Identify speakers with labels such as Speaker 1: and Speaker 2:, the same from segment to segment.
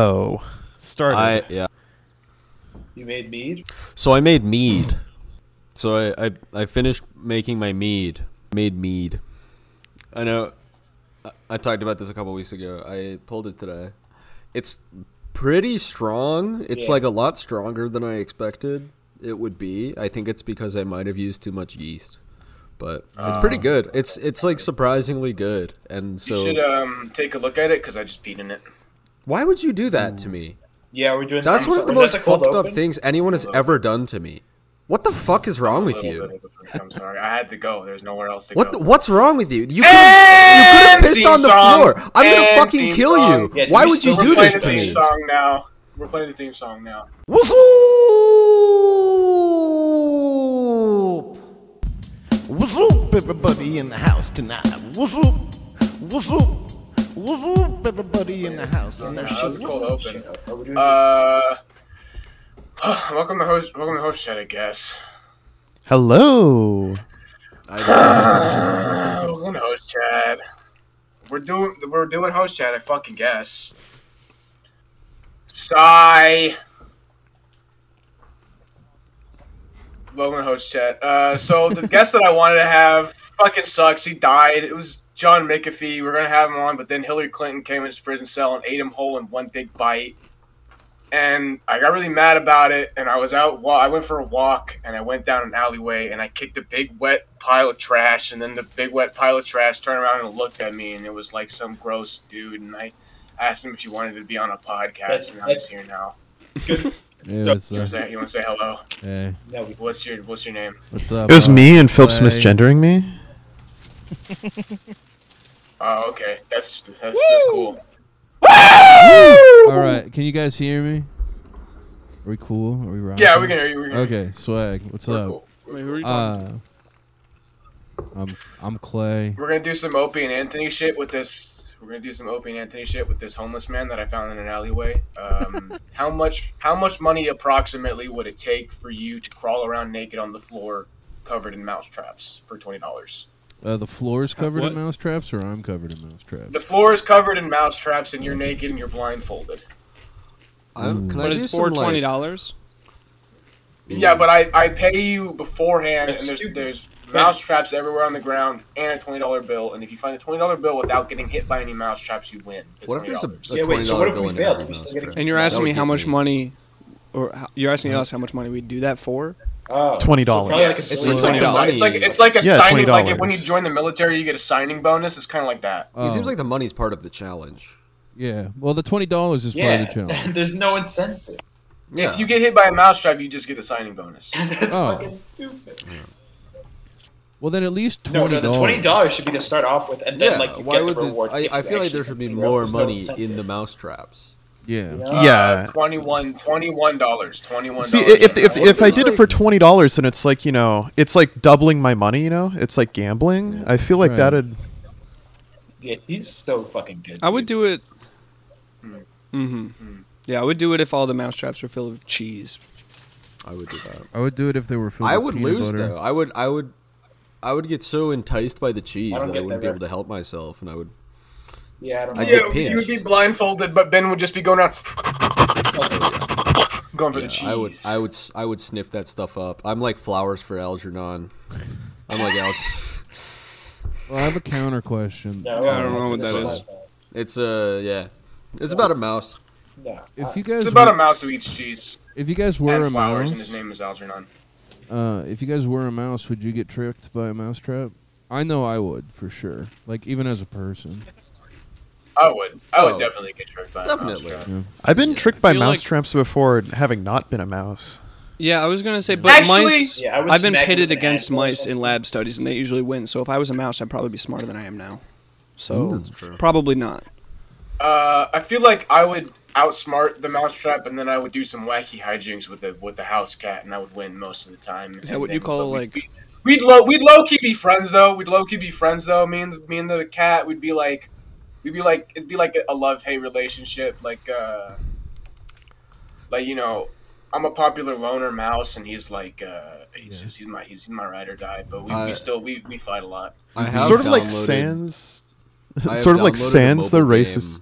Speaker 1: go started.
Speaker 2: I yeah.
Speaker 3: You made mead?
Speaker 2: So I made mead. So I, I I finished making my mead. Made mead. I know. I, I talked about this a couple weeks ago. I pulled it today. It's pretty strong. It's
Speaker 3: Yeah.
Speaker 2: like a lot stronger than I expected it would be. I think it's because I might have used too much yeast. But it's pretty
Speaker 4: Ah.
Speaker 2: good. It's it's like surprisingly good. And so
Speaker 5: you should um, take a look at it because I just peed in it.
Speaker 2: why would you do that to me?
Speaker 3: Yeah, we're doing
Speaker 2: That's
Speaker 3: some-
Speaker 2: one of the
Speaker 3: is that
Speaker 2: most
Speaker 3: cold
Speaker 2: fucked up
Speaker 3: open?
Speaker 2: things anyone has ever done to me. What the fuck is wrong
Speaker 5: A
Speaker 2: with
Speaker 5: little
Speaker 2: you?
Speaker 5: bit of a drink, I'm sorry. I had to go. There's nowhere else to
Speaker 2: What
Speaker 5: go.
Speaker 2: the, what's wrong with you? You could have
Speaker 5: And
Speaker 2: pissed
Speaker 5: theme
Speaker 2: on the
Speaker 5: song.
Speaker 2: floor. I'm gonna
Speaker 5: And
Speaker 2: fucking
Speaker 5: theme
Speaker 2: kill
Speaker 5: song.
Speaker 2: you.
Speaker 3: Yeah, do
Speaker 2: Why
Speaker 3: we
Speaker 2: would you
Speaker 3: still
Speaker 2: do
Speaker 5: We're
Speaker 3: play
Speaker 5: playing
Speaker 2: this to
Speaker 5: the theme
Speaker 2: me?
Speaker 5: song now. We're playing the theme song now.
Speaker 1: Whoop! Whoop, everybody in the house tonight. Whoop, whoop, whoop, everybody in the house
Speaker 5: That
Speaker 1: tonight.
Speaker 5: was a cold open.
Speaker 3: Are we doing
Speaker 5: Uh, welcome to host. Welcome to host shed, I guess.
Speaker 1: Hello.
Speaker 3: Oh.
Speaker 5: Welcome to host chat. We're doing we're doing host chat. I fucking guess. Sigh. Welcome to host chat. Uh, so the guest that I wanted to have fucking sucks. He died. It was John McAfee. We are gonna have him on, but then Hillary Clinton came into his prison cell and ate him whole in one big bite. And I got really mad about it. And I was out. Wa- I went for a walk, and I went down an alleyway, and I kicked a big wet pile of trash. And then the big wet pile of trash turned around and looked at me, and it was like some gross dude. And I asked him if he wanted to be on a
Speaker 3: That's-
Speaker 5: podcast, and now
Speaker 3: that's-
Speaker 5: he's here now.
Speaker 6: Hey,
Speaker 3: So-
Speaker 6: what's
Speaker 5: You want to
Speaker 6: up?
Speaker 5: say, you wanna say hello?
Speaker 6: Hey,
Speaker 3: No, we-
Speaker 5: What's your What's your name?
Speaker 6: what's up?
Speaker 1: It was
Speaker 6: uh,
Speaker 1: me and Phillips
Speaker 6: Clay?
Speaker 1: misgendering me.
Speaker 5: Oh, okay. That's that's cool.
Speaker 6: All right, can you guys hear me? Are we cool? Are we rocking?
Speaker 5: Yeah, we can hear you. We can hear you.
Speaker 6: Okay, swag. What's
Speaker 5: We're
Speaker 6: up?
Speaker 5: cool.
Speaker 4: Wait, who are you talking
Speaker 6: Uh, I'm I'm Clay.
Speaker 5: We're gonna do some Opie and Anthony shit with this. We're gonna do some Opie and Anthony shit with this homeless man that I found in an alleyway. Um, how much? How much money approximately would it take for you to crawl around naked on the floor, covered in mouse traps, for twenty dollars?
Speaker 6: Uh, the floor's covered
Speaker 4: what?
Speaker 6: in mouse traps, or I'm covered in mouse traps.
Speaker 5: The floor is covered in mouse traps, and you're naked and you're blindfolded.
Speaker 2: I'm, can I
Speaker 4: But
Speaker 6: Ooh.
Speaker 2: do
Speaker 4: it's
Speaker 2: some,
Speaker 4: for
Speaker 2: like-
Speaker 4: twenty dollars.
Speaker 5: Yeah, but I, I pay you beforehand,
Speaker 3: That's
Speaker 5: and there's
Speaker 3: stupid.
Speaker 5: there's mouse traps everywhere on the ground, and a twenty dollar bill. And if you find the twenty dollar bill without getting hit by any mouse traps, you win. The
Speaker 2: What if there's a,
Speaker 5: $20.
Speaker 2: a
Speaker 3: Yeah, wait,
Speaker 2: $20
Speaker 3: so what if
Speaker 2: bill
Speaker 3: we
Speaker 2: in
Speaker 3: failed?
Speaker 2: every
Speaker 3: Do we still
Speaker 2: mouse
Speaker 3: get a
Speaker 2: trap?
Speaker 3: kick?
Speaker 4: And you're
Speaker 2: That
Speaker 4: asking
Speaker 2: would
Speaker 4: me
Speaker 2: get
Speaker 4: how much money, or how, you're asking us how much money we'd do that for?
Speaker 3: Oh.
Speaker 1: Twenty
Speaker 3: So probably
Speaker 1: dollars.
Speaker 3: like a
Speaker 5: It's
Speaker 3: billion
Speaker 5: like, a,
Speaker 4: $20.
Speaker 5: sign- it's like it's like a
Speaker 1: Yeah,
Speaker 5: signing like
Speaker 1: $20.
Speaker 5: when you join the military you get a signing bonus. It's kind of like that.
Speaker 6: Oh,
Speaker 2: It seems like the money's part of the challenge.
Speaker 6: yeah. Well, the twenty dollars is
Speaker 3: Yeah,
Speaker 6: part of the challenge.
Speaker 3: there's no incentive.
Speaker 2: Yeah.
Speaker 5: If you get hit by a mousetrap, you just get a signing bonus.
Speaker 3: That's
Speaker 6: Oh.
Speaker 3: fucking stupid.
Speaker 6: Well, then at least
Speaker 3: No,
Speaker 6: twenty
Speaker 3: no,
Speaker 6: dollars.
Speaker 3: the twenty dollars should be to start off with, and then
Speaker 2: yeah.
Speaker 3: like you
Speaker 2: why
Speaker 3: get
Speaker 2: would
Speaker 3: the
Speaker 2: the,
Speaker 3: reward. if
Speaker 2: I, I feel like
Speaker 3: you actually
Speaker 2: there should be
Speaker 3: do
Speaker 2: more
Speaker 3: something.
Speaker 2: money
Speaker 3: There's no
Speaker 2: in the
Speaker 3: incentive.
Speaker 2: mouse traps.
Speaker 6: Yeah.
Speaker 3: Yeah.
Speaker 1: Yeah.
Speaker 5: Twenty one, twenty one Uh, dollars, twenty one.
Speaker 1: See, i- if if, if I did it for twenty dollars, then it's like you know, it's like doubling my money. You know, it's like gambling. I feel like
Speaker 6: Right.
Speaker 1: that'd.
Speaker 3: Yeah, he's so fucking good.
Speaker 4: I would
Speaker 3: dude.
Speaker 4: do it. hmm Yeah, I would do it if all the mouse traps were filled with cheese.
Speaker 2: I would do that.
Speaker 6: I would do it if they were. Filled
Speaker 2: I
Speaker 6: with
Speaker 2: would
Speaker 6: peanut
Speaker 2: lose
Speaker 6: butter.
Speaker 2: though. I would I would I would get so enticed by the cheese
Speaker 3: I
Speaker 2: that
Speaker 3: don't
Speaker 2: I
Speaker 3: get
Speaker 2: wouldn't
Speaker 3: that
Speaker 2: be able
Speaker 3: reference.
Speaker 2: to help myself, and I would.
Speaker 3: Yeah, I don't know.
Speaker 2: I
Speaker 5: yeah,
Speaker 2: get
Speaker 5: you would be
Speaker 2: pissed.
Speaker 5: blindfolded, but Ben would just be going out going for the cheese.
Speaker 2: I would I would s- I would sniff that stuff up. I'm like flowers for Algernon. I'm like Algernon.
Speaker 6: Well, I have a counter question.
Speaker 3: No,
Speaker 4: Yeah, I don't know what that
Speaker 3: it's
Speaker 4: is.
Speaker 3: not
Speaker 2: It's a uh, yeah. It's about a mouse.
Speaker 3: that. No.
Speaker 6: If you guys,
Speaker 5: It's about a
Speaker 6: were,
Speaker 5: mouse who eats cheese
Speaker 6: if you guys
Speaker 5: and
Speaker 6: were a
Speaker 5: flowers,
Speaker 6: mouse,
Speaker 5: and his name is Algernon.
Speaker 6: Uh, if you guys were a mouse, would you get tricked by a mousetrap? I know I would for sure. Like even as a person.
Speaker 5: I would, I would
Speaker 2: Oh.
Speaker 5: definitely get tricked by a
Speaker 2: Definitely.
Speaker 5: mousetrap.
Speaker 1: I've been tricked by
Speaker 4: feel like-
Speaker 1: mouse traps before, having not been a mouse.
Speaker 4: Yeah, I was gonna say, but
Speaker 5: Actually-
Speaker 4: mice.
Speaker 3: Yeah, I would
Speaker 4: I've been
Speaker 3: smack you
Speaker 4: pitted
Speaker 3: with an
Speaker 4: against
Speaker 3: apple or
Speaker 4: mice in
Speaker 3: something.
Speaker 4: lab studies, and they usually win. So if I was a mouse, I'd probably be smarter than I am now. So
Speaker 2: Mm, that's true.
Speaker 4: probably not.
Speaker 5: Uh, I feel like I would outsmart the mousetrap, and then I would do some wacky hijinks with the with the house cat, and I would win most of the time.
Speaker 4: Is that
Speaker 5: And
Speaker 4: what you
Speaker 5: then-
Speaker 4: call,
Speaker 5: but we'd
Speaker 4: like-
Speaker 5: be- We'd low we'd low key be friends though. We'd low key be friends though. Me and me and the cat would be like, we'd be like it'd be like a, love hate relationship. Like uh, like you know, I'm a popular loner mouse, and he's like uh, he's just he's my he's my ride or die. But we, we
Speaker 2: I-
Speaker 5: still we we fight a lot.
Speaker 2: I have
Speaker 1: sort of like
Speaker 2: downloaded-
Speaker 1: Sans.
Speaker 2: I have
Speaker 1: sort of like
Speaker 2: downloaded a
Speaker 1: Sans the
Speaker 2: mobile
Speaker 1: racist.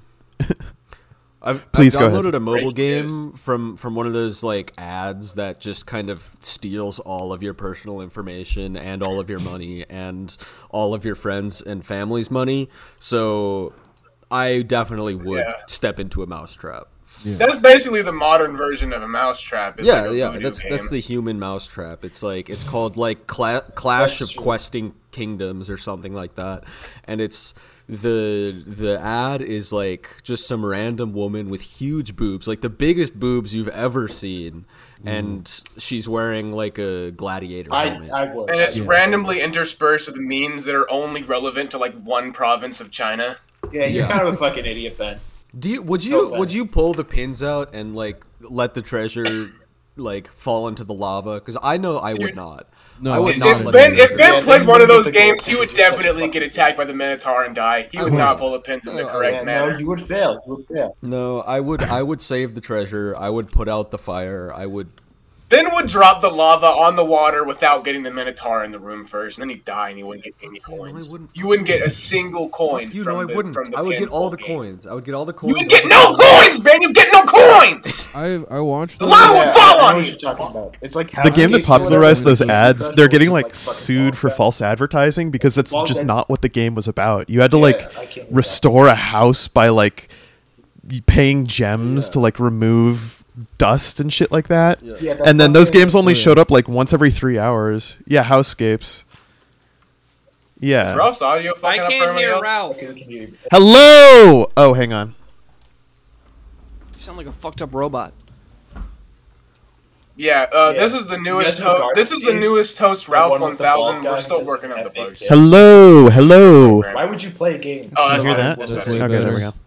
Speaker 2: game I've,
Speaker 1: Please
Speaker 2: I've
Speaker 1: go ahead.
Speaker 2: downloaded a mobile
Speaker 7: Breaking
Speaker 2: game from from one of those like ads that just kind of steals all of your personal information and all of your money and all of your friends and family's money. So I definitely would
Speaker 5: Yeah.
Speaker 2: step into a mousetrap.
Speaker 5: That's basically the modern version of a mousetrap. is
Speaker 2: Yeah,
Speaker 5: like a
Speaker 2: yeah,
Speaker 5: voodoo
Speaker 2: that's
Speaker 5: game.
Speaker 2: that's the human mousetrap. It's like it's called like Cla- Clash of Questing Kingdoms or something like that, and it's the the ad is like just some random woman with huge boobs, like the biggest boobs you've ever seen, and she's wearing like a gladiator
Speaker 7: Mm-hmm. I,
Speaker 2: helmet.
Speaker 7: I would.
Speaker 5: and it's randomly interspersed with memes that are only relevant to like one province of China.
Speaker 7: yeah, you're
Speaker 2: yeah.
Speaker 7: kind of a fucking idiot then.
Speaker 2: Do you would you would
Speaker 7: fast.
Speaker 2: you pull the pins out and like let the treasure like fall into the lava? Because I know I would not.
Speaker 6: No,
Speaker 2: I would
Speaker 6: If-
Speaker 2: not.
Speaker 5: If
Speaker 2: let the
Speaker 5: Ben, if
Speaker 2: treasure-
Speaker 5: ben
Speaker 7: Yeah,
Speaker 5: played
Speaker 7: then
Speaker 5: one
Speaker 7: you
Speaker 5: of those
Speaker 7: get the gold
Speaker 5: games, he would
Speaker 7: pieces, you're such a
Speaker 5: definitely get
Speaker 7: fucking
Speaker 5: attacked by the Minotaur and die. He would not pull the pins in the
Speaker 7: Yeah,
Speaker 5: correct
Speaker 7: no,
Speaker 5: manner.
Speaker 7: you would fail. You would fail.
Speaker 2: No, I would I would save the treasure. I would put out the fire. I would
Speaker 5: Ben would drop the lava on the water without getting the Minotaur in the room first, and then he'd die and he wouldn't get any coins.
Speaker 2: wouldn't.
Speaker 5: you wouldn't get a single coin.
Speaker 2: Fuck you
Speaker 5: from
Speaker 2: no, I
Speaker 5: the-
Speaker 2: wouldn't.
Speaker 5: from the
Speaker 2: I would get all the
Speaker 5: pinball game.
Speaker 2: coins. I would get all the coins.
Speaker 5: You would get
Speaker 2: I
Speaker 5: no coins, Ben! You get no coins!
Speaker 6: I I watched.
Speaker 5: The
Speaker 6: those- uh,
Speaker 5: lava would fall
Speaker 7: I know
Speaker 5: on
Speaker 7: what
Speaker 5: you!
Speaker 7: you're talking about. It's like
Speaker 1: The game that popularized those ads, they're getting like
Speaker 7: sued
Speaker 1: sued for false advertising because that's
Speaker 7: Well,
Speaker 1: just
Speaker 7: then-
Speaker 1: not what the game was about. You had to
Speaker 7: Yeah,
Speaker 1: like
Speaker 7: I can't do
Speaker 1: restore a house by like y- paying gems to like remove dust and shit like that.
Speaker 7: Yeah, that's
Speaker 1: And then those
Speaker 7: fucking-
Speaker 1: games only showed up like once every three hours. Yeah, Housescapes. Yeah.
Speaker 5: Ralph's audio
Speaker 4: I
Speaker 5: fucking up for
Speaker 4: can't
Speaker 5: everybody
Speaker 4: hear
Speaker 5: else?
Speaker 4: Ralph.
Speaker 7: Okay, we can hear you.
Speaker 1: Hello. Oh, hang on.
Speaker 4: You sound like a fucked up robot.
Speaker 5: Yeah, uh,
Speaker 7: Yeah.
Speaker 5: this is the
Speaker 7: guys
Speaker 5: newest.
Speaker 7: know
Speaker 5: Ho- this is the
Speaker 7: Guardians?
Speaker 5: newest host,
Speaker 7: The
Speaker 5: Ralph
Speaker 7: one
Speaker 5: One
Speaker 7: with the bald
Speaker 5: Thousand.
Speaker 7: guy
Speaker 5: We're
Speaker 7: who
Speaker 5: still
Speaker 7: doesn't
Speaker 5: working on
Speaker 7: have
Speaker 5: the
Speaker 7: big
Speaker 5: bugs.
Speaker 7: tits.
Speaker 1: Hello. Hello.
Speaker 5: Right.
Speaker 7: Why would you play a game?
Speaker 5: Oh,
Speaker 1: Did
Speaker 5: that's
Speaker 1: you hear
Speaker 5: better.
Speaker 1: that?
Speaker 5: That's
Speaker 6: That's
Speaker 5: better.
Speaker 6: way
Speaker 1: Okay, there we
Speaker 6: better.
Speaker 1: go.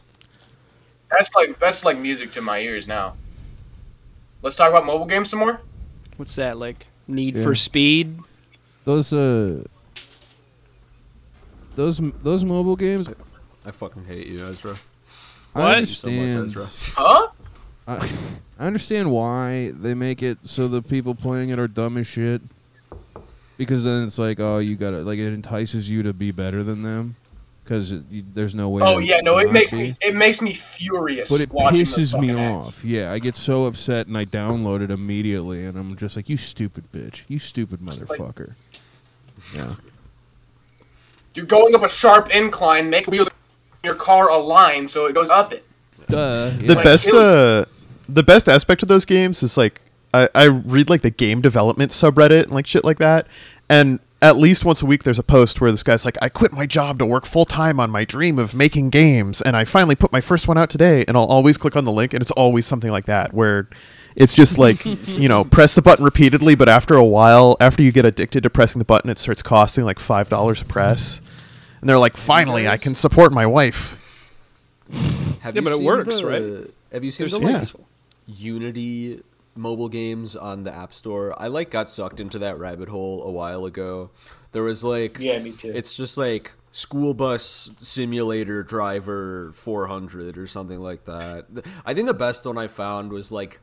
Speaker 5: That's like that's like music to my ears now. Let's talk about mobile games some more.
Speaker 4: What's that like? Need
Speaker 6: Yeah.
Speaker 4: for Speed.
Speaker 6: Those uh. Those m- those mobile games.
Speaker 2: I fucking hate you, Ezra.
Speaker 6: I
Speaker 4: What?
Speaker 2: So much,
Speaker 6: understand.
Speaker 2: Ezra.
Speaker 5: Huh?
Speaker 6: I, I understand why they make it so the people playing it are dumb as shit. Because then it's like, oh, you gotta like it entices you to be better than them. Because there's no way.
Speaker 5: Oh
Speaker 6: to
Speaker 5: yeah, no, it
Speaker 6: not
Speaker 5: makes
Speaker 6: be.
Speaker 5: me it makes me furious.
Speaker 6: But it
Speaker 5: watching those
Speaker 6: pisses me
Speaker 5: fucking ads.
Speaker 6: off. Yeah, I get so upset and I download it immediately, and I'm just like, "You stupid bitch! You stupid
Speaker 5: like-
Speaker 6: motherfucker!" yeah,
Speaker 5: You're going up a sharp incline. Make wheels in your car align so it goes up it.
Speaker 6: duh.
Speaker 1: the
Speaker 5: Like,
Speaker 1: best
Speaker 5: it
Speaker 1: uh
Speaker 5: was-
Speaker 1: the best aspect of those games is like I, I read like the game development subreddit and like shit like that and at least once a week there's a post where this guy's like i quit my job to work full-time on my dream of making games and i finally put my first one out today and i'll always click on the link and it's always something like that where it's just like you know press the button repeatedly but after a while after you get addicted to pressing the button it starts costing like five dollars a press and they're like finally i can support my wife
Speaker 2: Have
Speaker 4: Yeah,
Speaker 2: you
Speaker 4: but it
Speaker 2: seen
Speaker 4: works,
Speaker 2: the-
Speaker 4: right?
Speaker 2: Have you seen
Speaker 4: They're
Speaker 2: the like,
Speaker 4: successful.
Speaker 2: Unity mobile games on the App Store? I like got sucked into that rabbit hole a while ago. There was like
Speaker 7: Yeah, me too.
Speaker 2: It's just like school bus simulator driver 400 or something like that. I think the best one I found was like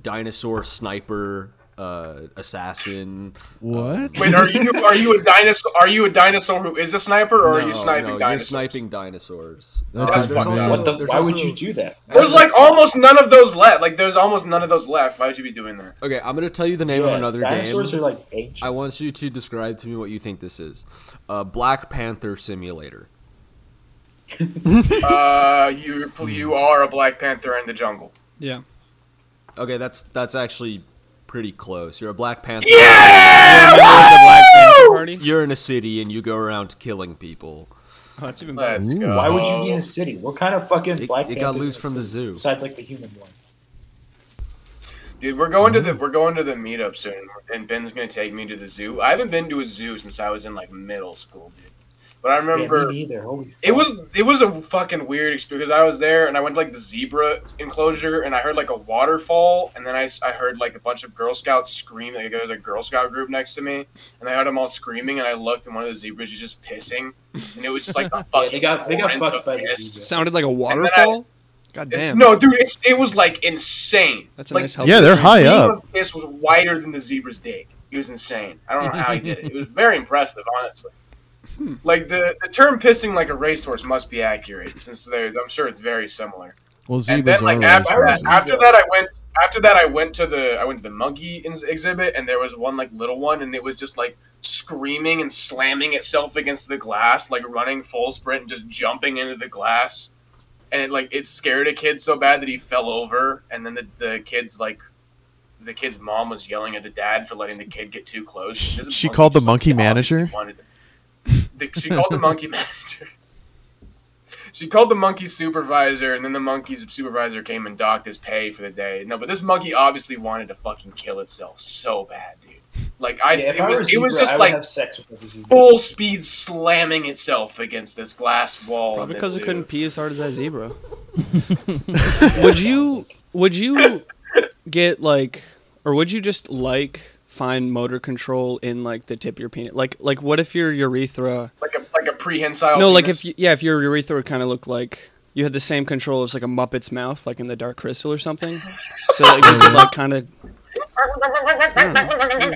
Speaker 2: dinosaur sniper uh, assassin.
Speaker 6: what?
Speaker 5: Wait, are you are you a dinosaur? Are you a dinosaur who is a sniper, or are you
Speaker 2: No,
Speaker 5: sniping
Speaker 2: no,
Speaker 5: dinosaurs?
Speaker 2: You're sniping dinosaurs.
Speaker 7: Oh,
Speaker 6: That's
Speaker 2: there's
Speaker 6: amazing.
Speaker 2: also-
Speaker 7: What the,
Speaker 2: Oh, there's
Speaker 7: why would
Speaker 2: also-
Speaker 7: you do that?
Speaker 5: There's like almost none of those left. Like there's almost none of those left. Why would you be doing that?
Speaker 2: Okay, I'm gonna tell you the name
Speaker 7: Yeah,
Speaker 2: of another
Speaker 7: dinosaurs
Speaker 2: game.
Speaker 7: are like ancient.
Speaker 2: I want you to describe to me what you think this is. Uh, Black Panther Simulator.
Speaker 5: Uh, you
Speaker 7: Hmm.
Speaker 5: you are a Black Panther in the jungle.
Speaker 4: Yeah.
Speaker 2: Okay, that's that's actually pretty close. You're a Black Panther.
Speaker 5: Yeah!
Speaker 4: the Black Panther Party.
Speaker 2: You're in a city and you go around killing people.
Speaker 4: Oh, it's even better.
Speaker 5: Let's
Speaker 6: Ooh.
Speaker 5: go.
Speaker 7: Why would you be in a city? What kind of fucking
Speaker 2: Oh. It-
Speaker 7: black?
Speaker 2: it got
Speaker 7: Panthers
Speaker 2: loose
Speaker 7: in a
Speaker 2: from the
Speaker 7: city?
Speaker 2: zoo.
Speaker 7: Besides, like the human one.
Speaker 5: Dude, we're going to
Speaker 7: Hmm.
Speaker 5: the we're going to the meetup soon, and Ben's gonna take me to the zoo. I haven't been to a zoo since I was in like middle school, dude. But I
Speaker 7: Yeah,
Speaker 5: remember
Speaker 7: me neither. Holy.
Speaker 5: it
Speaker 7: fuck.
Speaker 5: was it was a fucking weird experience because I was there and I went to like the zebra enclosure and I heard like a waterfall and then I, s- I heard like a bunch of Girl Scouts scream like there was a Girl Scout group next to me and I heard them all screaming and I looked and one of the zebras was just pissing and it was just like a
Speaker 7: Yeah,
Speaker 5: fucking
Speaker 7: they got they got
Speaker 5: torrent of
Speaker 7: fucked by the
Speaker 5: piss.
Speaker 7: zoo.
Speaker 4: Sounded like a
Speaker 5: then I-
Speaker 4: waterfall. God
Speaker 5: It's-
Speaker 4: damn.
Speaker 5: No, dude, it's, it was like insane.
Speaker 4: That's a
Speaker 5: like,
Speaker 4: nice
Speaker 5: the
Speaker 4: help.
Speaker 1: yeah they're high
Speaker 5: beam
Speaker 1: up
Speaker 5: of This was wider than the zebra's dick. It was insane. I don't know how he did it. It was very impressive, honestly.
Speaker 4: Hmm.
Speaker 5: Like the, the term pissing like a racehorse must be accurate, since they're- I'm sure it's very similar.
Speaker 6: Well,
Speaker 5: and
Speaker 6: zebras
Speaker 5: then like
Speaker 6: are
Speaker 5: after that,
Speaker 6: racist.
Speaker 5: after that, I went after that I went to the I went to the monkey ins- exhibit, and there was one like little one, and it was just like screaming and slamming itself against the glass, like running full sprint and just jumping into the glass, and it like it scared a kid so bad that he fell over, and then the, the kids like. The kid's mom was yelling at the dad for letting the kid get too close.
Speaker 1: She-
Speaker 5: This
Speaker 1: she called the
Speaker 5: just,
Speaker 1: monkey
Speaker 5: obviously
Speaker 1: manager?
Speaker 5: wanted- the- she called the monkey manager. She called the monkey supervisor, and then the monkey's supervisor came and docked his pay for the day. No, but this monkey obviously wanted to fucking kill itself so bad, dude. Like I,
Speaker 7: Yeah, if
Speaker 5: it,
Speaker 7: I were a
Speaker 5: was, it
Speaker 7: zebra,
Speaker 5: was just
Speaker 7: I would
Speaker 5: like
Speaker 7: have sex with a zebra.
Speaker 5: full speed slamming itself against this glass wall.
Speaker 4: Probably
Speaker 5: in
Speaker 4: because
Speaker 5: this
Speaker 4: it couldn't
Speaker 5: zoo.
Speaker 4: pee as hard as that zebra. would you? Would you get like, or would you just like find motor control in like the tip of your penis? Like, like what if your urethra?
Speaker 5: like a like a prehensile.
Speaker 4: no, like
Speaker 5: Oh, penis.
Speaker 4: if you, yeah, if your urethra kind of looked like you had the same control as like a Muppet's mouth, like in the Dark Crystal or something. So like, you could like kind of. Hmm.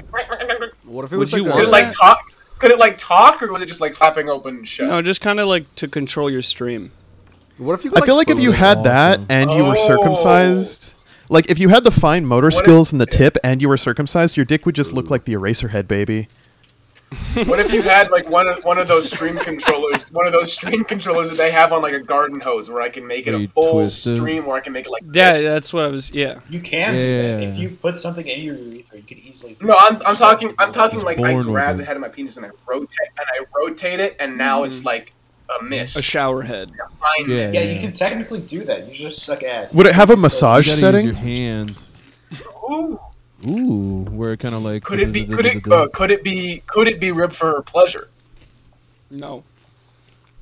Speaker 2: What if it
Speaker 4: Would
Speaker 2: was
Speaker 4: you
Speaker 2: like
Speaker 4: want
Speaker 5: could
Speaker 2: a-
Speaker 5: it like talk? Could it like talk, or was it just like flapping open and shut?
Speaker 4: No, just kind of like to control your stream.
Speaker 2: What if you?
Speaker 1: I feel like if you had that and you were
Speaker 5: Oh.
Speaker 1: circumcised, like if you had the fine motor
Speaker 5: if-
Speaker 1: skills and the tip and you were circumcised, your dick would just look like the eraser head baby.
Speaker 5: What if you had like one of one of those stream controllers, one of those stream controllers that they have on like a garden hose, where I can make it
Speaker 6: Where
Speaker 5: a
Speaker 6: you
Speaker 5: full
Speaker 6: twist it?
Speaker 5: stream, where I can make it like
Speaker 4: Yeah,
Speaker 5: this.
Speaker 4: that's what I was. Yeah,
Speaker 7: You can do that.
Speaker 6: Yeah.
Speaker 7: If you put something in your urethra, you could easily.
Speaker 5: No, I'm, I'm talking I'm talking
Speaker 6: He's
Speaker 5: like I
Speaker 6: born with
Speaker 5: grab
Speaker 6: it.
Speaker 5: the head of my penis and I rotate and I rotate it, and now
Speaker 4: Mm.
Speaker 5: it's like a mist.
Speaker 4: a shower head.
Speaker 5: a fine
Speaker 6: Yeah.
Speaker 5: mist.
Speaker 7: Yeah, you can technically do that. You just suck ass.
Speaker 1: Would it have a
Speaker 6: You
Speaker 1: massage
Speaker 6: gotta
Speaker 1: setting?
Speaker 6: Use your hands.
Speaker 5: Ooh,
Speaker 6: Ooh, where it kind of like
Speaker 5: could it be? Could it? Uh, could it be? Could it be ripped for pleasure?
Speaker 4: No,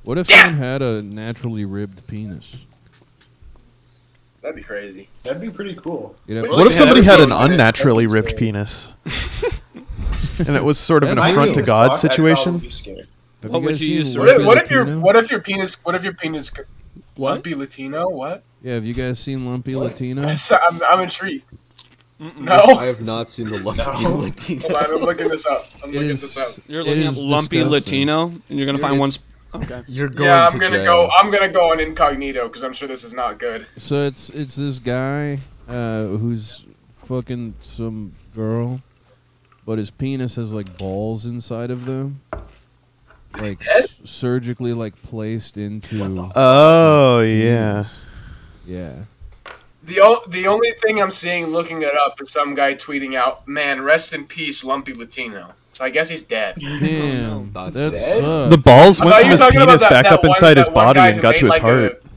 Speaker 6: What if
Speaker 5: Yeah.
Speaker 6: someone had a naturally ribbed penis?
Speaker 5: That'd be crazy.
Speaker 7: That'd be pretty cool.
Speaker 6: You'd have-
Speaker 5: Well,
Speaker 1: What if
Speaker 5: yeah,
Speaker 1: somebody had an
Speaker 5: everything would be-
Speaker 1: unnaturally
Speaker 7: that'd be
Speaker 1: ribbed
Speaker 7: scary.
Speaker 1: penis? and it was sort of an
Speaker 6: That's
Speaker 1: affront
Speaker 6: real.
Speaker 1: to
Speaker 7: As
Speaker 1: God
Speaker 7: fuck, I'd
Speaker 1: situation?
Speaker 7: probably be scared.
Speaker 6: have
Speaker 4: what
Speaker 6: you
Speaker 4: would
Speaker 6: guys
Speaker 4: you
Speaker 6: seen
Speaker 4: use to
Speaker 5: What if,
Speaker 6: Lumpy
Speaker 5: what if your
Speaker 6: Latino?
Speaker 5: what if your penis what if your penis could
Speaker 4: what?
Speaker 5: be Latino? What?
Speaker 6: Yeah, have you guys seen Lumpy Latino?
Speaker 5: I'm, I'm intrigued.
Speaker 2: I
Speaker 5: No,
Speaker 2: have not seen the lumpy
Speaker 5: Hold
Speaker 2: Latino.
Speaker 5: on, I'm looking this up. I'm
Speaker 6: It
Speaker 5: looking this up.
Speaker 6: is.
Speaker 4: You're
Speaker 6: it
Speaker 4: looking
Speaker 6: is
Speaker 4: at lumpy
Speaker 6: disgusting.
Speaker 4: Latino, and you're gonna find one.
Speaker 2: It's-
Speaker 4: Sp- okay.
Speaker 2: You're going
Speaker 5: Yeah, I'm
Speaker 2: to
Speaker 5: gonna
Speaker 2: jail.
Speaker 5: go. I'm gonna go on incognito because I'm sure this is not good.
Speaker 6: So it's it's this guy uh, who's fucking some girl, but his penis has like balls inside of them, like s- surgically like placed into.
Speaker 1: Oh, yeah.
Speaker 6: penis. Yeah.
Speaker 5: The o- the only thing I'm seeing looking it up is some guy tweeting out, "Man, rest in peace, Lumpy Latino." So I guess he's dead.
Speaker 6: Damn,
Speaker 2: That's
Speaker 6: that
Speaker 7: dead.
Speaker 6: sucks.
Speaker 1: The balls
Speaker 5: I
Speaker 1: went from
Speaker 5: thought you were
Speaker 1: his
Speaker 5: talking about
Speaker 1: penis
Speaker 5: that-
Speaker 1: back
Speaker 5: that
Speaker 1: up
Speaker 5: one-
Speaker 1: inside his
Speaker 5: that one
Speaker 1: body
Speaker 5: guy
Speaker 1: and
Speaker 5: who
Speaker 1: got to
Speaker 5: made,
Speaker 1: his
Speaker 5: like,
Speaker 1: heart.
Speaker 5: a-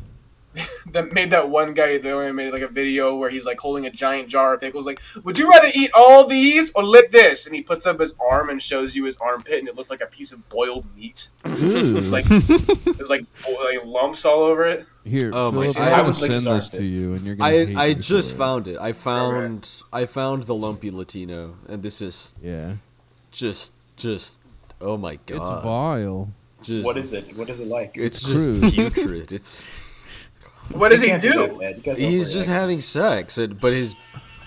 Speaker 5: that made that one guy that only made like a video where he's like holding a giant jar of pickles. Like, would you rather eat all these or lick this? And he puts up his arm and shows you his armpit, and it looks like a piece of boiled meat. It's like there's like, bo- like lumps all over it.
Speaker 6: Here,
Speaker 2: Oh my
Speaker 6: Philip,
Speaker 2: God. I
Speaker 6: I'm gonna
Speaker 7: would lick
Speaker 6: send
Speaker 7: his
Speaker 6: this
Speaker 7: armpit.
Speaker 6: to you, and you're gonna.
Speaker 2: I
Speaker 6: hate
Speaker 2: I
Speaker 6: me
Speaker 2: just
Speaker 6: for it.
Speaker 2: found it. I found I found the lumpy Latino, and this is
Speaker 6: Yeah,
Speaker 2: just just oh my god.
Speaker 6: it's vile.
Speaker 2: just,
Speaker 7: What is it? What is it like?
Speaker 2: It's
Speaker 6: Crude.
Speaker 2: just putrid. It's
Speaker 5: What does
Speaker 7: You
Speaker 5: he
Speaker 7: can't that,
Speaker 5: do?
Speaker 7: man. You guys
Speaker 2: he's just
Speaker 7: overreact.
Speaker 2: having sex, and, but his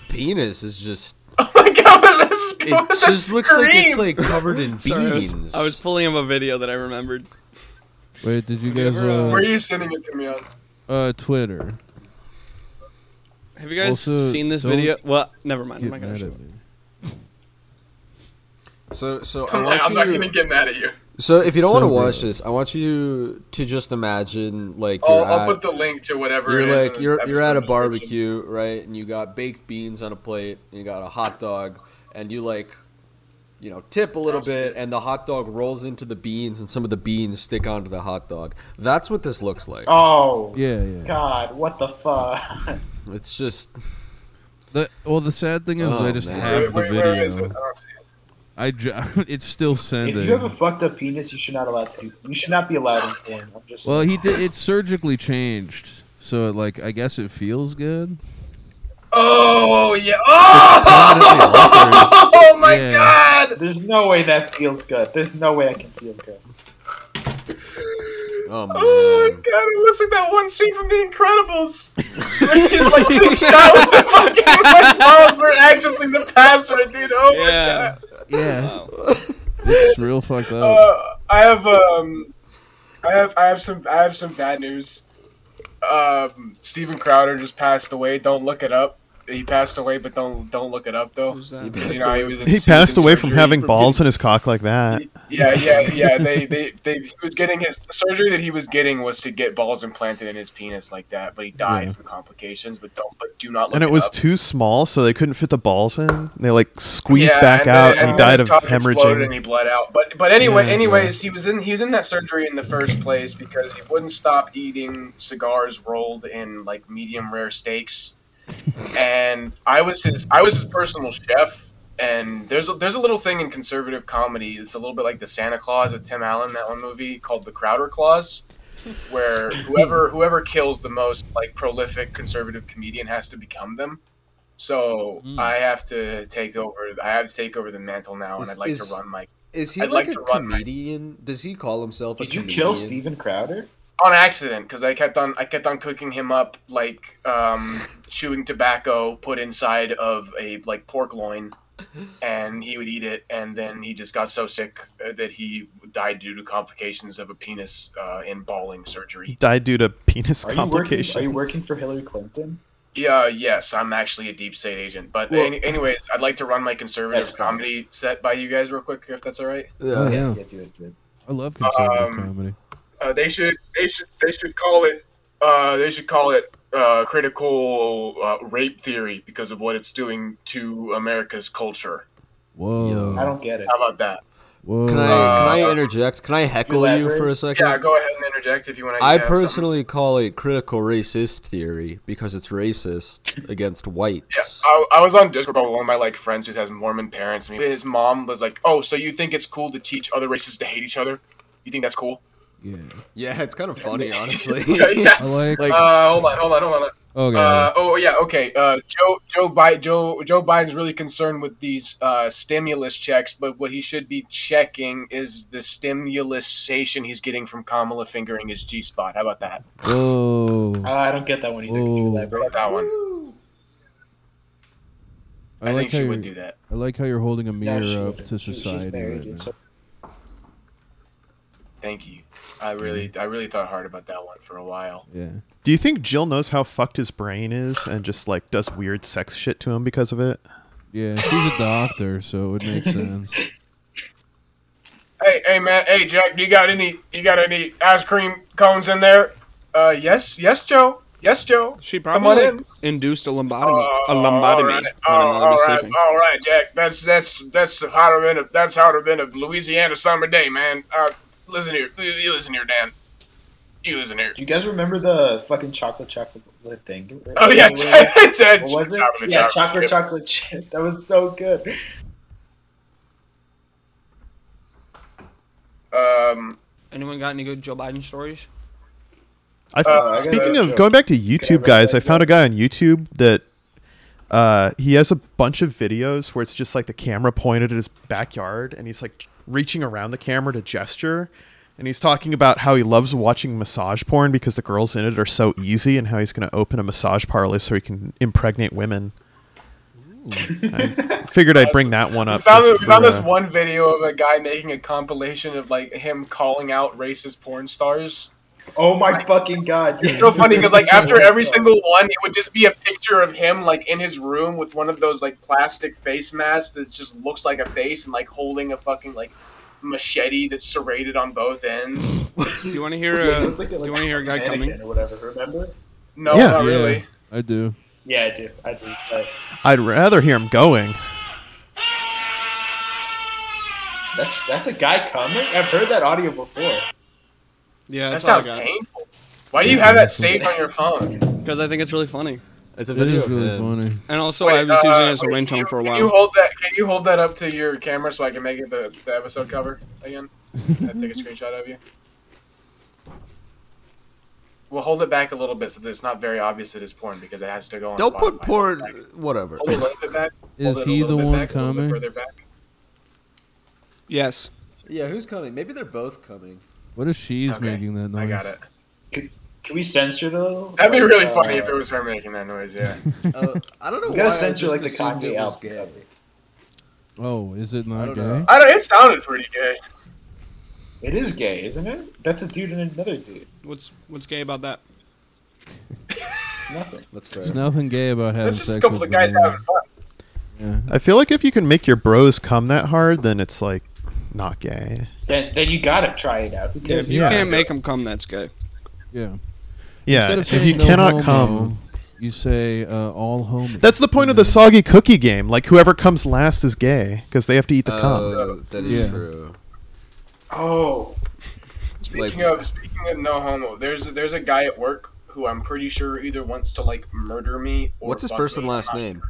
Speaker 2: penis is just
Speaker 5: Oh my god, was that sc-
Speaker 2: it
Speaker 5: was that
Speaker 2: just looks like
Speaker 5: scream?
Speaker 2: it's like covered in beans.
Speaker 4: Sorry, I was, I was pulling up a video that I remembered.
Speaker 6: Wait, did you guys
Speaker 4: ever, uh,
Speaker 5: Where are
Speaker 6: uh,
Speaker 5: you sending it to me on?
Speaker 6: uh Twitter?
Speaker 4: Have you guys
Speaker 6: Also,
Speaker 4: seen this
Speaker 6: don't
Speaker 4: video? Well, never
Speaker 2: Oh
Speaker 4: mind. Oh I'm
Speaker 6: Get
Speaker 4: not gonna
Speaker 6: mad
Speaker 4: show
Speaker 6: at
Speaker 4: it.
Speaker 6: me.
Speaker 2: so so I
Speaker 5: I'm, not- I'm not
Speaker 2: want you
Speaker 5: gonna get mad at you.
Speaker 2: So if you don't
Speaker 6: So
Speaker 2: want to watch
Speaker 6: gross.
Speaker 2: this, I want you to just imagine like
Speaker 5: I'll,
Speaker 2: you're
Speaker 5: Oh, I'll
Speaker 2: at,
Speaker 5: put the link to whatever.
Speaker 2: you're
Speaker 5: it is in
Speaker 2: like
Speaker 5: the
Speaker 2: you're you're at a
Speaker 5: episode description.
Speaker 2: barbecue, right? And you got baked beans on a plate, and you got a hot dog, and you like you know, tip a little bit and the hot dog rolls into the beans and some of the beans stick onto the hot dog. That's what this looks like.
Speaker 7: Oh
Speaker 6: Yeah, yeah.
Speaker 7: God! What the fuck?
Speaker 2: It's just
Speaker 6: The, well, the sad thing is,
Speaker 2: Oh,
Speaker 6: I just
Speaker 2: man.
Speaker 5: Wait,
Speaker 6: have the
Speaker 5: wait,
Speaker 6: video.
Speaker 5: where is it? I don't see it.
Speaker 6: I ju- it's still
Speaker 7: if
Speaker 6: sending.
Speaker 7: you have a fucked up penis, you should not allowed to. Be, you should not be allowed in porn. I'm just.
Speaker 6: well, he did. It's surgically changed, so it, like I guess it feels good.
Speaker 5: Oh yeah! Oh, oh my
Speaker 6: Yeah.
Speaker 5: god!
Speaker 7: There's no way that feels good. There's no way that can feel good.
Speaker 2: oh
Speaker 5: Oh my
Speaker 2: man.
Speaker 5: god! It looks like that one scene from The Incredibles. Where He's like being shot with the fucking like, balls for accessing the password, dude. Oh my
Speaker 4: Yeah.
Speaker 5: god!
Speaker 6: Yeah, it's real fucked up.
Speaker 5: Uh, I have um, I have I have some I have some bad news. um, Steven Crowder just passed away. Don't look it up. He passed away, but don't don't look it up though.
Speaker 4: Who's that?
Speaker 5: You know, he was in-
Speaker 1: He
Speaker 5: was
Speaker 1: passed
Speaker 5: in
Speaker 1: away from
Speaker 5: surgery
Speaker 1: having
Speaker 5: for
Speaker 1: balls in his cock like that.
Speaker 5: Yeah, yeah, yeah. They, they, they. He was getting his the surgery that he was getting was to get balls implanted in his penis like that, but he died from complications. But don't, but do not. Look
Speaker 1: And it was
Speaker 5: up.
Speaker 1: too small, so they couldn't fit the balls in. And They like squeezed
Speaker 5: Yeah,
Speaker 1: back
Speaker 5: and then-
Speaker 1: out, and, he
Speaker 5: then
Speaker 1: died of
Speaker 5: his cock exploded
Speaker 1: hemorrhaging.
Speaker 5: And he bled out. But but anyway,
Speaker 1: Yeah,
Speaker 5: anyways, he was in he was in that surgery in the first place because he wouldn't stop eating cigars rolled in like medium rare steaks. and I was his I was his personal chef. And there's a, there's a little thing in conservative comedy. It's a little bit like the Santa Claus with Tim Allen that one movie called The Crowder Clause, where whoever whoever kills the most like prolific conservative comedian has to become them. So
Speaker 2: Hmm.
Speaker 5: I have to take over. I have to take over the mantle now, and
Speaker 2: Is-
Speaker 5: I'd like
Speaker 2: is-
Speaker 5: to run my
Speaker 2: Is he
Speaker 5: I'd
Speaker 2: like,
Speaker 5: like
Speaker 2: a
Speaker 5: to run my-
Speaker 2: comedian? Does he call himself a
Speaker 7: Did you
Speaker 2: comedian?
Speaker 7: kill Steven Crowder?
Speaker 5: on accident because I kept on I kept on cooking him up like um, chewing tobacco put inside of a like pork loin, and he would eat it, and then he just got so sick uh, that he died due to complications of a penis uh, in balling surgery.
Speaker 1: Died due to penis
Speaker 7: Are you working?
Speaker 1: complications.
Speaker 7: Are you working for Hillary Clinton?
Speaker 5: Yeah, yes, I'm actually a deep state agent. But
Speaker 7: Well-
Speaker 5: any, anyways, I'd like to run my conservative
Speaker 7: That's fine.
Speaker 5: comedy set by you guys real quick if that's all right.
Speaker 2: Yeah.
Speaker 6: Oh, yeah.
Speaker 7: Yeah, do it, dude.
Speaker 6: I love conservative
Speaker 5: Um,
Speaker 6: comedy.
Speaker 5: Uh, they should they should they should call it uh, they should call it uh, critical uh, rape theory because of what it's doing to America's culture.
Speaker 6: Whoa.
Speaker 7: I don't get it.
Speaker 5: How about that?
Speaker 6: Whoa.
Speaker 2: Can I can I
Speaker 5: Uh,
Speaker 2: interject? Can I heckle you for a
Speaker 7: elaborate?
Speaker 2: second?
Speaker 5: Yeah, go ahead and interject if you want to.
Speaker 2: I personally call it critical racist theory because it's racist against whites.
Speaker 5: I, I was on Discord with one of my like friends who has Mormon parents. and His mom was like, "Oh, so you think it's cool to teach other races to hate each other? You think that's cool?"
Speaker 6: yeah.
Speaker 2: Yeah, it's kind of funny, honestly.
Speaker 5: Yeah.
Speaker 6: I like.
Speaker 2: Like,
Speaker 5: Uh, hold on, hold on, hold on.
Speaker 6: okay.
Speaker 5: Uh, oh yeah, okay. Uh, Joe Joe Biden Joe Joe Biden's really concerned with these uh, stimulus checks, but what he should be checking is the stimulusation he's getting from Kamala fingering his G spot. How about that?
Speaker 6: whoa.
Speaker 7: Uh, I don't get that one either. Could you
Speaker 6: Ooh.
Speaker 5: How
Speaker 7: elaborate?
Speaker 5: about that one?
Speaker 6: I
Speaker 5: I,
Speaker 6: like
Speaker 5: think
Speaker 6: how
Speaker 5: she
Speaker 6: you're,
Speaker 5: would do that.
Speaker 6: I like how you're holding a
Speaker 7: No,
Speaker 6: mirror
Speaker 7: she
Speaker 6: up
Speaker 7: wouldn't.
Speaker 6: to
Speaker 7: She- she's
Speaker 6: society
Speaker 7: married,
Speaker 6: right
Speaker 7: and
Speaker 6: now.
Speaker 7: so-
Speaker 5: Thank you. I really I really thought hard about that one for a while.
Speaker 6: Yeah.
Speaker 1: Do you think Jill knows how fucked his brain is and just like does weird sex shit to him because of it?
Speaker 6: Yeah. She's a doctor, so it would make sense.
Speaker 5: Hey hey man, hey Jack, do you got any you got any ice cream cones in there? Uh, yes yes Joe, yes Joe.
Speaker 4: She
Speaker 5: Come on
Speaker 4: probably
Speaker 5: in.
Speaker 4: induced a lumbotomy. a
Speaker 5: all
Speaker 4: lumbotomy.
Speaker 5: right. Oh,
Speaker 4: when I was
Speaker 5: all right,
Speaker 4: sleeping.
Speaker 5: all right, Jack. That's that's that's hotter than a that's hotter than a Louisiana summer day, man. Uh, listen here, you you listen here, Dan. You listen here.
Speaker 7: Do you guys remember the fucking chocolate chocolate thing?
Speaker 5: Oh yeah,
Speaker 7: What was-
Speaker 5: it's Ed.
Speaker 7: What was it? Yeah, chocolate chocolate chip. That was so good.
Speaker 5: Um,
Speaker 4: Anyone got any good Joe Biden stories?
Speaker 1: I f-
Speaker 5: Uh, I
Speaker 1: speaking
Speaker 5: gotta-
Speaker 1: of going back to
Speaker 7: Can I
Speaker 1: YouTube,
Speaker 7: read
Speaker 1: guys,
Speaker 7: that
Speaker 1: I found a guy on YouTube that uh, he has a bunch of videos where it's just like the camera pointed at his backyard, and he's like reaching around the camera to gesture, and he's talking about how he loves watching massage porn because the girls in it are so easy, and how he's going to open a massage parlor so he can impregnate women. I figured I'd bring that one
Speaker 5: we
Speaker 1: up.
Speaker 5: found,
Speaker 1: just
Speaker 5: we found
Speaker 1: for,
Speaker 5: this
Speaker 1: uh,
Speaker 5: one video of a guy making a compilation of like him calling out racist porn stars.
Speaker 7: Oh my fucking god!
Speaker 5: It's so funny because like after every single one, it would just be a picture of him like in his room with one of those like plastic face masks that just looks like a face and like holding a fucking like machete that's serrated on both ends.
Speaker 4: Do you want to hear
Speaker 7: Yeah, it
Speaker 4: a?
Speaker 7: looked like
Speaker 4: do
Speaker 7: it
Speaker 4: you
Speaker 7: looked
Speaker 4: want to hear a guy
Speaker 7: Anakin
Speaker 4: coming?
Speaker 7: or whatever? Remember?
Speaker 5: No,
Speaker 1: Yeah.
Speaker 5: not
Speaker 6: Yeah.
Speaker 5: really.
Speaker 6: I do.
Speaker 7: Yeah, I do. I do. But
Speaker 1: I'd rather hear him going.
Speaker 7: that's that's a guy coming. I've heard that audio before.
Speaker 5: That
Speaker 4: Yeah, that's all I
Speaker 5: sounds
Speaker 4: got.
Speaker 5: painful. Why do you have that saved on your phone?
Speaker 4: Because I think it's really funny,
Speaker 2: it's a
Speaker 6: It
Speaker 2: video.
Speaker 6: is really funny.
Speaker 4: and also
Speaker 5: Wait,
Speaker 4: I was
Speaker 5: uh,
Speaker 4: using it as a
Speaker 5: wait, can
Speaker 4: ringtone
Speaker 5: you-
Speaker 4: for a
Speaker 5: Can you
Speaker 4: while.
Speaker 5: hold that? Can you hold that up to your camera so I can make it the, the episode cover again? I take a screenshot of you. We'll hold it back a little bit so that it's not very obvious that it's porn because it has to go on.
Speaker 2: Don't put
Speaker 5: Spotify.
Speaker 2: porn. Whatever.
Speaker 7: Oh,
Speaker 5: Hold it a little bit back.
Speaker 6: Is
Speaker 5: Hold it a
Speaker 6: he
Speaker 5: little
Speaker 6: the
Speaker 5: bit
Speaker 6: one
Speaker 5: back, a little bit
Speaker 6: coming?
Speaker 5: Further back.
Speaker 4: Yes.
Speaker 2: Yeah, who's coming? Maybe they're both coming.
Speaker 6: What if she's
Speaker 5: Okay,
Speaker 6: making that
Speaker 5: I
Speaker 6: noise?
Speaker 5: got it.
Speaker 7: Can we censor it a little?
Speaker 5: That'd be
Speaker 7: Like,
Speaker 5: really
Speaker 6: Oh.
Speaker 7: uh,
Speaker 5: funny if it was her making that noise. Yeah.
Speaker 2: Uh, I don't know
Speaker 7: You
Speaker 2: why.
Speaker 7: gotta
Speaker 2: I
Speaker 7: censor
Speaker 2: just
Speaker 7: like the
Speaker 2: assumed
Speaker 7: Kanye
Speaker 2: it was
Speaker 7: album.
Speaker 2: gay.
Speaker 7: cover.
Speaker 6: Oh, is it
Speaker 2: I
Speaker 6: not
Speaker 2: don't
Speaker 6: gay?
Speaker 2: know.
Speaker 5: I don't. It sounded pretty gay.
Speaker 7: It is gay, isn't it? That's a dude and another dude.
Speaker 4: What's What's gay about that?
Speaker 7: Nothing.
Speaker 2: That's fair.
Speaker 6: There's nothing gay about having
Speaker 5: That's just a
Speaker 6: sex
Speaker 5: couple
Speaker 6: with
Speaker 5: of guys
Speaker 6: vanilla.
Speaker 5: having fun.
Speaker 1: I feel like if you can make your bros come that hard, then it's like not gay.
Speaker 7: Then, then you gotta try it out. Who cares?
Speaker 4: If you
Speaker 1: Yeah.
Speaker 4: can't make them come, that's gay.
Speaker 6: Yeah.
Speaker 1: Yeah,
Speaker 6: Instead of
Speaker 1: if
Speaker 6: saying
Speaker 1: you
Speaker 6: no
Speaker 1: cannot
Speaker 6: homo,
Speaker 1: come,
Speaker 6: you say uh, all homies.
Speaker 1: that's the point of
Speaker 6: Mm-hmm.
Speaker 1: the soggy cookie game. Like whoever comes last is gay because they have to eat the cum.
Speaker 2: Oh, that is
Speaker 6: Yeah.
Speaker 2: true.
Speaker 5: Oh,
Speaker 2: Like,
Speaker 5: speaking of speaking of no homo, there's there's a guy at work who I'm pretty sure either wants to like murder me. Or
Speaker 2: what's his
Speaker 5: fuck
Speaker 2: first
Speaker 5: me.
Speaker 2: and last name?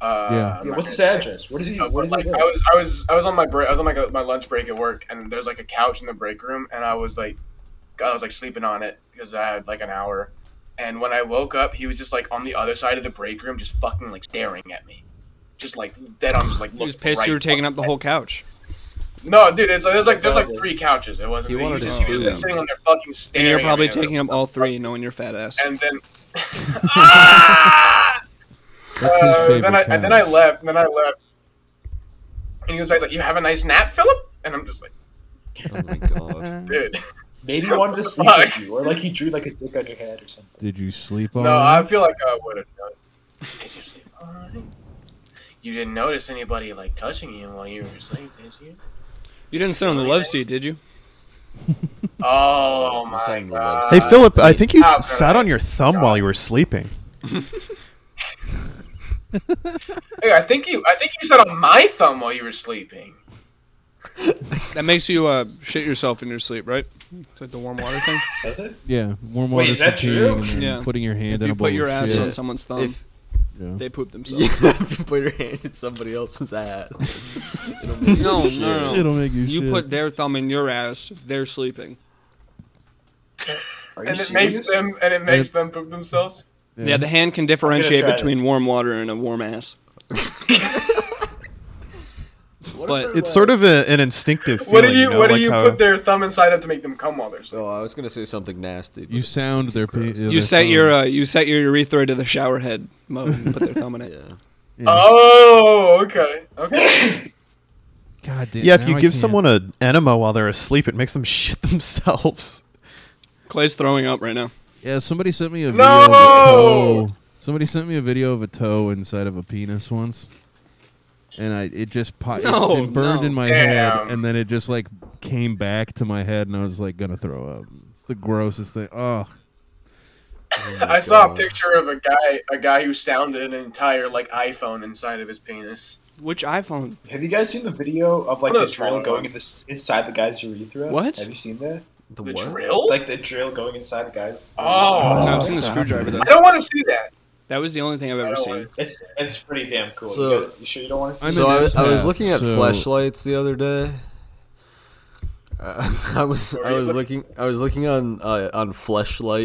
Speaker 5: Uh,
Speaker 6: Yeah.
Speaker 5: I'm
Speaker 7: Yeah,
Speaker 5: not
Speaker 7: what's
Speaker 5: gonna
Speaker 7: his
Speaker 5: say it.
Speaker 7: address? What is he?
Speaker 5: Uh,
Speaker 7: What
Speaker 5: but,
Speaker 7: is
Speaker 5: like
Speaker 7: he?
Speaker 5: I was I was I was on my break I was on my my lunch break at work and there's like a couch in the break room and I was like I was like sleeping on it because I had like an hour and when I woke up he was just like on the other side of the break room just fucking like staring at me just like that I'm just like
Speaker 4: He was
Speaker 5: looked
Speaker 4: pissed
Speaker 5: right
Speaker 4: you were taking
Speaker 5: fucking
Speaker 4: up the
Speaker 5: at-
Speaker 4: whole couch.
Speaker 5: no dude it's like there's like there's like
Speaker 7: Probably.
Speaker 5: three couches it wasn't
Speaker 2: He
Speaker 5: he,
Speaker 2: wanted
Speaker 5: was
Speaker 2: to
Speaker 5: just, he was
Speaker 2: screw
Speaker 5: just
Speaker 2: them.
Speaker 5: sitting on there fucking staring
Speaker 4: And you're
Speaker 5: at me.
Speaker 4: probably
Speaker 5: And I was
Speaker 4: taking up all three, knowing your fat ass.
Speaker 5: and then Ah!
Speaker 6: That's his
Speaker 5: Uh,
Speaker 6: favorite
Speaker 5: then I and then I
Speaker 6: couch.
Speaker 5: left. And then I left. And he was back, he's like, "You have a nice nap, Philip." And I'm just like,
Speaker 2: Oh my god.
Speaker 5: "Dude,
Speaker 7: Maybe he wanted to sleep with you, or like he drew like a dick on your head or something.
Speaker 6: Did you sleep on?
Speaker 5: no, I
Speaker 6: it?
Speaker 5: feel like I would have done." it." Did you sleep all right? You didn't notice anybody like touching you while you were asleep, did you?
Speaker 4: you didn't sit on the love seat, did you?
Speaker 5: Oh
Speaker 2: You're
Speaker 5: my
Speaker 2: saying the
Speaker 5: god!
Speaker 2: lowest.
Speaker 1: Hey Philip, I think you
Speaker 5: Oh,
Speaker 1: sat
Speaker 5: God.
Speaker 1: on your thumb while you were sleeping.
Speaker 5: Hey, I think you, I think you sat on my thumb while you were sleeping.
Speaker 4: That makes you uh, shit yourself in your sleep, right? It's like the warm water thing.
Speaker 7: Does it?
Speaker 6: Yeah, warm
Speaker 7: Wait,
Speaker 6: water
Speaker 7: is that
Speaker 6: fatiguing
Speaker 7: true?
Speaker 6: and then
Speaker 4: Yeah.
Speaker 6: putting your hand
Speaker 4: if
Speaker 6: in
Speaker 4: you
Speaker 6: a bowl
Speaker 4: put your
Speaker 6: of
Speaker 4: ass
Speaker 6: shit.
Speaker 4: on someone's thumb,
Speaker 2: If
Speaker 6: Yeah.
Speaker 4: they poop themselves.
Speaker 2: yeah, if you put your hand in somebody else's ass. it'll make
Speaker 4: No,
Speaker 2: you shit.
Speaker 4: no, no.
Speaker 6: It'll make you,
Speaker 4: You
Speaker 6: shit.
Speaker 4: put their thumb in your ass. They're sleeping.
Speaker 7: Are you
Speaker 5: And it
Speaker 7: serious?
Speaker 5: makes them, and it makes them poop themselves.
Speaker 4: Yeah, the hand can differentiate
Speaker 7: try
Speaker 4: between
Speaker 7: this.
Speaker 4: warm water and a warm ass.
Speaker 2: What
Speaker 4: But-
Speaker 2: if they're
Speaker 1: It's sort of a, an instinctive feeling.
Speaker 5: What do you,
Speaker 1: know,
Speaker 5: what
Speaker 1: like
Speaker 5: do you
Speaker 1: how-
Speaker 5: put their thumb inside of to make them come while they're
Speaker 2: like- Oh, I was gonna say something nasty. but
Speaker 6: You
Speaker 2: it's
Speaker 6: sound
Speaker 2: just
Speaker 6: their.
Speaker 2: too
Speaker 6: Pe-
Speaker 2: gross.
Speaker 4: You set your uh, you set your urethra to the shower head mode. And put their thumb in it.
Speaker 2: Yeah.
Speaker 5: Oh, okay, okay.
Speaker 6: God damn.
Speaker 1: Yeah, if
Speaker 6: now
Speaker 1: you
Speaker 6: I
Speaker 1: give
Speaker 6: can't.
Speaker 1: someone an enema while they're asleep, it makes them shit themselves.
Speaker 4: Clay's throwing up right now.
Speaker 6: Yeah, somebody sent me a video
Speaker 5: No!
Speaker 6: of a toe. Somebody sent me a video of a toe inside of a penis once. And I it just po-
Speaker 4: No,
Speaker 6: it, it burned
Speaker 4: no.
Speaker 6: in my
Speaker 5: Damn.
Speaker 6: head and then it just like came back to my head and I was like gonna throw up. It's the grossest thing. Oh,
Speaker 5: I saw a picture of a guy, a guy who sounded an entire like iPhone inside of his penis.
Speaker 4: Which iPhone?
Speaker 7: Have you guys seen the video of like
Speaker 5: One
Speaker 7: the
Speaker 5: of the smaller
Speaker 7: drill going
Speaker 5: ones.
Speaker 7: in this, inside the guy's urethra?
Speaker 4: What?
Speaker 7: Have you seen that?
Speaker 2: The
Speaker 5: The
Speaker 2: what?
Speaker 5: drill?
Speaker 7: Like the drill going inside the guy's.
Speaker 5: Oh.
Speaker 4: No,
Speaker 7: Oh,
Speaker 4: I've seen the
Speaker 7: stop.
Speaker 4: screwdriver. Though.
Speaker 5: I don't want to see that.
Speaker 4: That was the only thing I've
Speaker 5: I
Speaker 4: ever
Speaker 5: don't
Speaker 4: seen.
Speaker 5: want to-
Speaker 7: It's it's pretty damn cool.
Speaker 2: So-
Speaker 7: you, guys, you sure you don't want to see?
Speaker 6: I'm
Speaker 2: so
Speaker 6: an
Speaker 2: I was, I was
Speaker 6: empath,
Speaker 2: looking at
Speaker 6: so-
Speaker 2: flashlights the other day. Uh, I was I was looking I was looking on uh, on